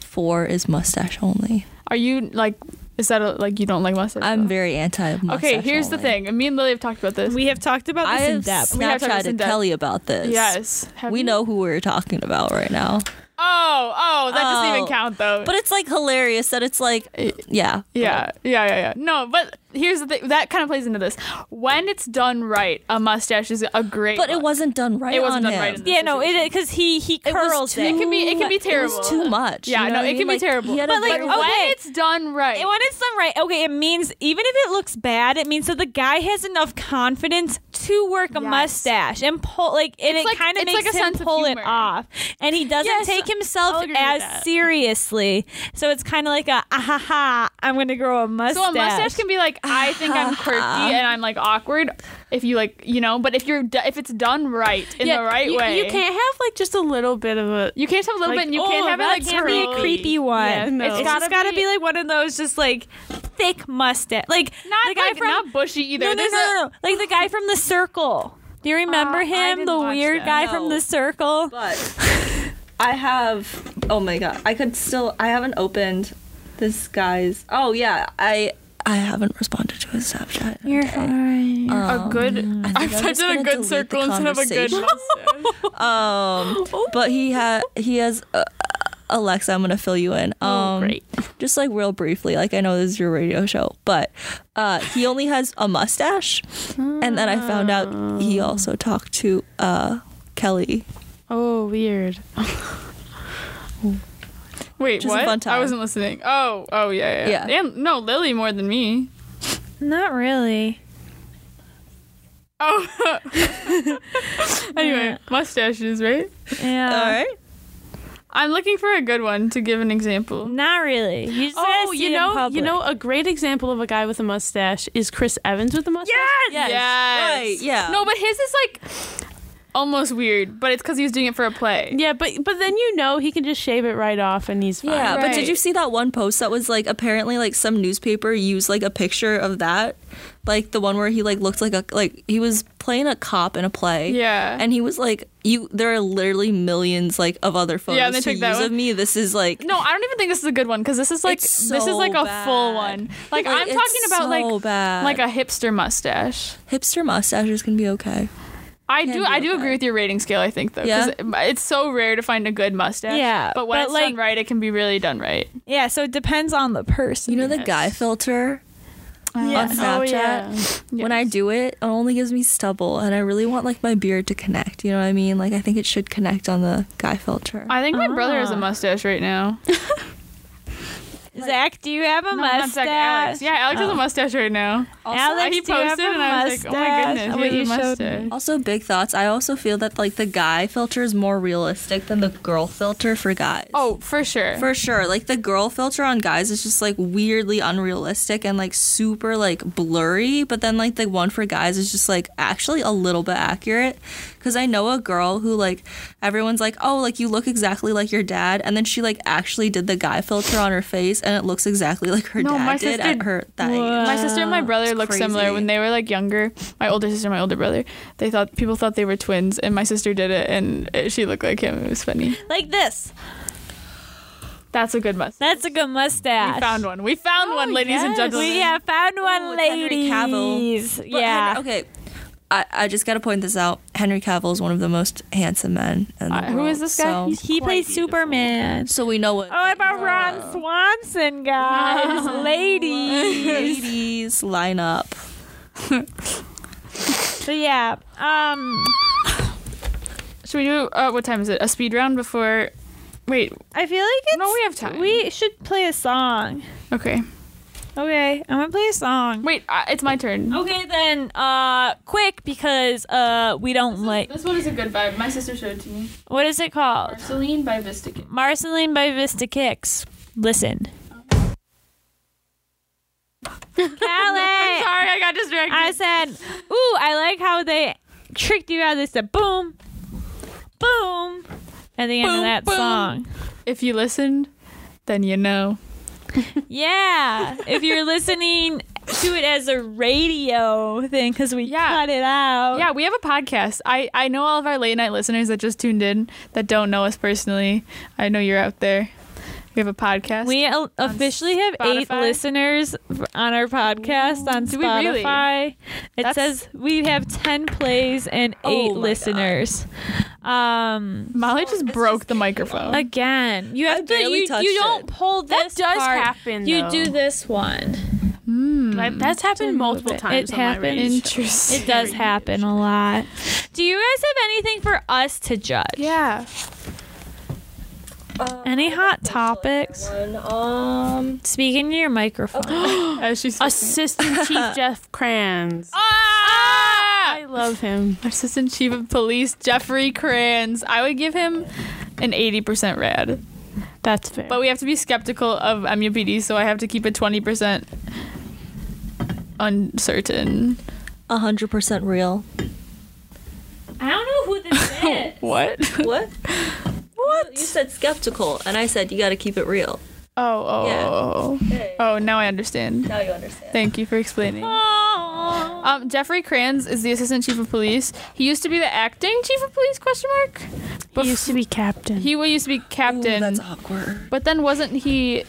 Four is mustache only. Are you like? Is that a, like you don't like mustache? I'm though? very anti mustache. Okay, here's the only. thing. Me and Lily have talked about this. We have talked about I this in have depth. We have talked about this in Snapchatted depth. Kelly about this. yes. Have We you- know who we're talking about right now. Oh, oh, that doesn't Oh. even count though. But it's like hilarious that it's like, yeah. Yeah, yeah, yeah, yeah. No, but here's the thing that kind of plays into this. When it's done right, a mustache is a great. But it look. wasn't done right It wasn't done on him. right in this Yeah, no, situation. it because he he It was curls it. too- can be- it can be It terrible. was too much. Yeah, you know no, what I it can mean? be Like, terrible. he had a But, like, very- okay. when it's done right, And When it's done right, okay, it means even if it looks bad, it means that the guy has enough confidence to work a Yes. mustache and pull like, and It's it like- kind of it's makes like a him sense of pull it humor. off, and he doesn't Yes, take I'll himself agree with as that. seriously. So it's kind of like a ah ha ha, I'm gonna grow a mustache. so a mustache can be like, I think I'm quirky and I'm like awkward. If you like, you know, but if you're do- if it's done right in the right you, way, You can't have like just a little bit of a. You can't have a little Like, bit. and You oh, can't have it that like can't be a curly. creepy one. Yeah, no. It's It's gotta, gotta gotta be- be like one of those just like thick mustache, like Not the guy like from not bushy either. No, no, There's a- no, no. Like the guy from The Circle. Do you remember Uh, I him? didn't The watch weird that. guy from No. The Circle. But I have. Oh my god! I could still. I haven't opened this guy's. Oh yeah, I. I haven't responded to his Snapchat. You're fine. a Oh, good. I'm I've typed just in gonna a delete good the circle instead of a good. conversation. mustache. Um, but he had he has uh, Alexa. I'm gonna fill you in. Um, great. Just like real briefly, like I know this is your radio show, but uh, he only has a mustache, and then I found out he also talked to uh, Kelly. Oh, weird. [laughs] Wait, Which is a what? fun time. I wasn't listening. Oh, oh yeah, yeah. Yeah. And no, Lily more than me. Not really. Oh. [laughs] anyway, mustaches, right? Yeah. All right. I'm looking for a good one to give an example. Not really. You just gotta Oh, see you it in know, you public. know, a great example of a guy with a mustache is Chris Evans with a mustache. Yes. Right. Yeah. No, but his is like almost weird, but it's because he was doing it for a play. Yeah, but but then you know he can just shave it right off and he's fine. Yeah, but Right. did you see that one post that was like apparently like some newspaper used like a picture of that, like the one where he like looked like a like he was playing a cop in a play. Yeah. and he was like, "You, there are literally millions like of other photos Yeah, and they to took that use of one. me. This is like No, I don't even think this is a good one because this is like It's this is so like a full bad. one. Like, Like, I'm it's talking about so like bad. like a hipster mustache. hipster mustaches can be okay. I Can do do I it do agree bad. with your rating scale. I think though, 'cause Yeah? it- it's so rare to find a good mustache. Yeah, but when but, it's done like- right, it can be really done right. Yeah, so it depends on the person. You know the Yes. guy filter on Snapchat. Oh, yeah. When I do it, it only gives me stubble, and I really want like my beard to connect. You know what I mean? Like I think it should connect on the guy filter. I think my brother Ah. has a mustache right [laughs] now. Zach, do you have a No, not mustache? Zach, Alex. Yeah, Alex has a mustache right now. Alex, he do you have posted a and I was like, oh my mustache? goodness, What he has a you showed mustache. me. Also, big thoughts. I also feel that like the guy filter is more realistic than the girl filter for guys. Oh, for sure. For sure. Like the girl filter on guys is just like weirdly unrealistic and like super like blurry, but then like the one for guys is just like actually a little bit accurate cuz I know a girl who like everyone's like, "Oh, like you look exactly like your dad." And then she like actually did the guy filter on her face and it looks exactly like her No, dad my did sister- at her that age. my sister and my brother it's look similar crazy. when they were like younger. My older sister, and my older brother. They thought people thought they were twins, and my sister did it, and it, she looked like him. It was funny. Like this. That's a good Oh, mustache. That's a good mustache. We found one. We found one, ladies and gentlemen. We have found Oh, one, with Henry Cavill. ladies. But Hen- Yeah. okay. I, I just got to point this out. Henry Cavill is one of the most handsome men in the Uh, world. who is this guy? So, He's- He plays Superman. so we know what. Oh, what about Ron [laughs] Swanson, guys? Ladies. Ladies, line up. So yeah. Um Should we do uh, what time is it? A speed round before? Wait. I feel like it's No, we have time. We should play a song. Okay. Okay, I'm gonna play a song. Wait. Uh, it's my turn. Okay then, uh quick because uh we don't like This one is a good vibe. My sister showed it to me. what is it called? Celine by Vistakin. Marceline by Vista Kicks. [laughs] Listen. Callie! Sorry, I got distracted. [laughs] I said, "Ooh, I like how they tricked you out." They said, "Boom, boom," at the end Boom, of that boom. song. if you listened, then you know. Yeah, if you're listening to it as a radio thing, because we Yeah. cut it out. Yeah, we have a podcast. I, I know all of our late night listeners that just tuned in that don't know us personally. I know you're out there. We have a podcast. We o- officially have eight Spotify? listeners f- on our podcast on we really? Spotify. It That's- Oh says we have ten plays and my eight God. listeners. Um, Molly just broke the microphone. again, you have to barely you, touched you don't it. pull That this does part. happen. You though. do this one. Mm. Like, that's happened multiple it. times. It on my happened. radio show. Interesting. It does happen a lot. Do you guys have anything for us to judge? yeah. Any hot topics? Um, Speaking to your [gasps] microphone. As she's [laughs] Assistant Chief Jeff Kranz. I ah! love him. Assistant Chief of Police Jeffrey Kranz. I would give him an 80% rad. That's fair. But we have to be skeptical of MUPD, so I have to keep it 20% uncertain. hundred percent real. I don't know who this is. What? What? what? You said skeptical, and I said you got to keep it real. [laughs] Oh, oh, oh, oh. oh, now I understand. Now you understand. Thank you for explaining. Um, Jeffrey Kranz is the assistant chief of police. He used to be the acting chief of police? Question mark. But he used to be captain. he wa- used to be captain, that's awkward. but then wasn't he?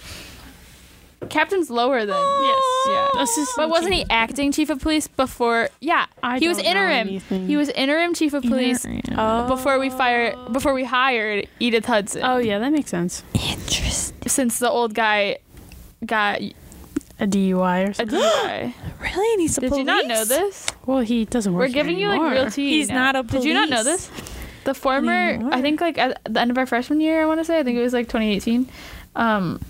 Captain's lower then. yes. Yeah. Assistant But wasn't he acting chief of police before? Yeah, I he was don't know interim. anything. He was interim chief of police Oh. before we fire before we hired Edith Hudson. Oh yeah, that makes sense. Interesting. since the old guy got A DUI or [gasps] a something. DUI. Really needs a Did you not know this? well, he doesn't work. We're giving you like real tea. He's now. not a Did you not know police this? The former, I anymore. think, like at the end of our freshman year, I want to say, I think it was like 2018. um,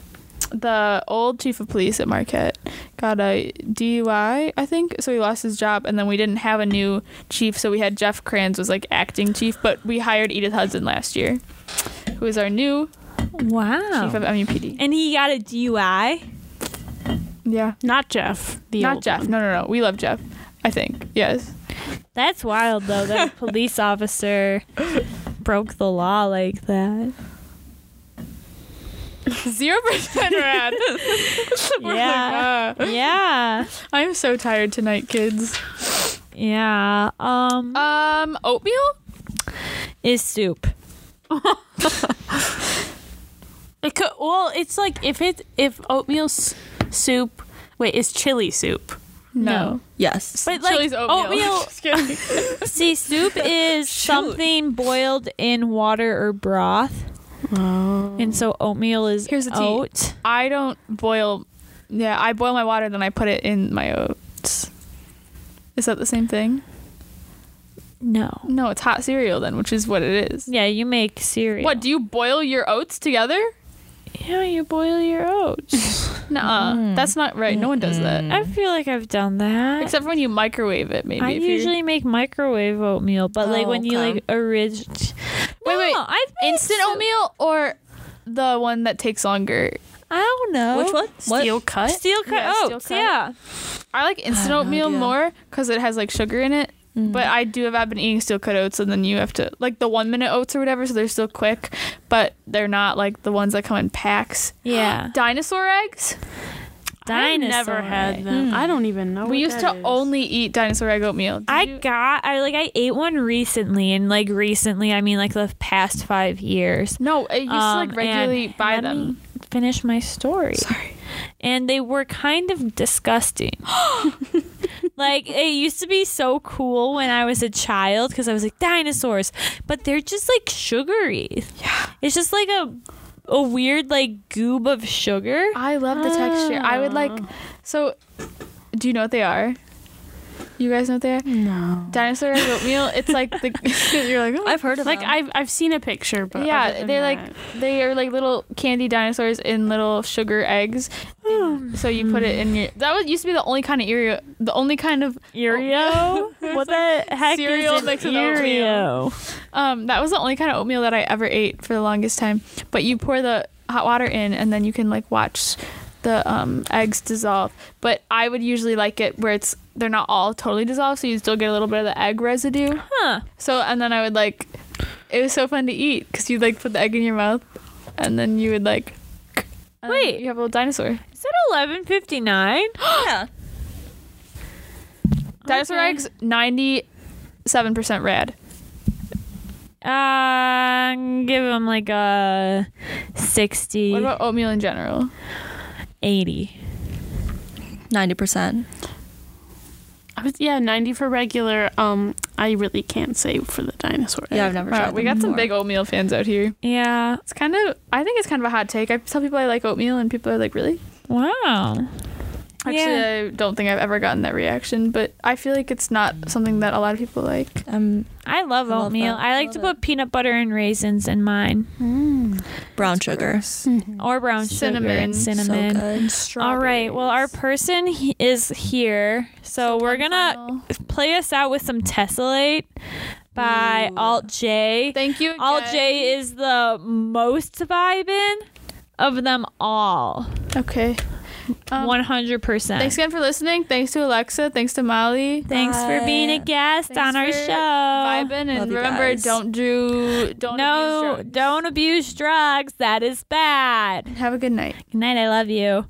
the old chief of police at Marquette got a DUI, I think, so he lost his job, and then we didn't have a new chief, so we had Jeff Kranz was like acting chief, but we hired Edith Hudson last year, who is our new Wow. chief of MUPD. and he got a DUI. Yeah, Not Jeff. The not old Jeff. one. No, no, no. We love Jeff. I think yes. That's wild though [laughs] that a police officer broke the law like [laughs] that. Zero percent [laughs] red. [laughs] Oh Yeah. Uh, Yeah. I'm so tired tonight, kids. Yeah. Um Um, oatmeal. is soup. It could, well, it's like if it if oatmeal s- soup. Wait, is chili soup? No. Yes. But like Chili's [laughs] oatmeal. oatmeal. See, [laughs] soup is something boiled in water or broth. And so oatmeal is Oh. Here's the tea. oat. I don't boil. Yeah, I boil my water, then I put it in my oats. Is that the same thing? No. No, it's hot cereal then, which is what it is. Yeah, you make cereal. What do you boil your oats together? Yeah, you boil your Mm-hmm. oats. Nuh-uh. that's not right. No one does that, I feel like I've done that. except for when you microwave it. Maybe I if you're- usually make microwave oatmeal, but like Oh, when you okay. like original. Wait, wait. I've made instant some- oatmeal or the one that takes longer. I don't know. Which one? What? Steel cut. Steel cut Yeah, steel oats. cut. Yeah. I like instant oatmeal idea. more because it has like sugar in it. But I do have I've been eating steel cut oats, and then you have to like the one minute oats or whatever, so they're still quick, but they're not like the ones that come in packs. Yeah. Dinosaur eggs. I Dinosaur. never had them. I don't even know. we used to only eat dinosaur egg oatmeal. Did I you- got I like I ate one recently and like recently I mean like the past 5 years. no, I used to Um, like regularly and buy let them. me finish my story. Sorry. And they were kind [gasps] of disgusting. like it used to be so cool when I was a child because I was like dinosaurs, but they're just like sugary. Yeah. It's just like a a weird like goob of sugar. I love the texture. I would like. So, do you know what they are? You guys know what they are? No. Dinosaur egg oatmeal. It's like the [laughs] you're like oh. I've heard of Like them. I've I've seen a picture, but other yeah than they're that- like they are like little candy dinosaurs in little sugar eggs Oh. And so you put it in your that was used to be the only kind of Oreo the only kind of oh. [laughs] Oreo? what the heck cereal is an mixed with Oreo? um that was the only kind of oatmeal that I ever ate for the longest time but you pour the hot water in and then you can like watch the um eggs dissolve but I would usually like it where it's they're not all totally dissolved so you still get a little bit of the egg residue Huh. so and then I would like it was so fun to eat because you'd like put the egg in your mouth and then you would like and Wait. you have a little dinosaur. Is it 11:59? yeah. Dinosaur eggs, ninety-seven percent red. Uh, give him like a 60, What about oatmeal in general? 80. 90%. I was yeah ninety for regular. Um, I really can't say for the dinosaur. Yeah, I've never Wow, tried we them got some before. big oatmeal fans out here. Yeah. It's kind of, I think it's kind of a hot take. I tell people I like oatmeal, and people are like, "Really?" Wow. Actually, Yeah. I don't think I've ever gotten that reaction, but I feel like it's not something that a lot of people like. Um, I love I love oatmeal. that. I like Love to it. put peanut butter and raisins in mine brown sugar. or brown sugar Cinnamon. and cinnamon. So good. All right. Well, our person he- is here. So we're going to play us out with some Tessellate by Alt J. Thank you. Alt again. J is the most vibin of them all. Okay. Um, 100%. Thanks again for listening. Thanks to Alexa. Thanks to Molly. Thanks for being a guest on our Thanks for show. Vibing and Love you remember, guys. don't do, don't no, abuse drugs. don't abuse drugs. That is bad. Have a good night. Good night. I love you.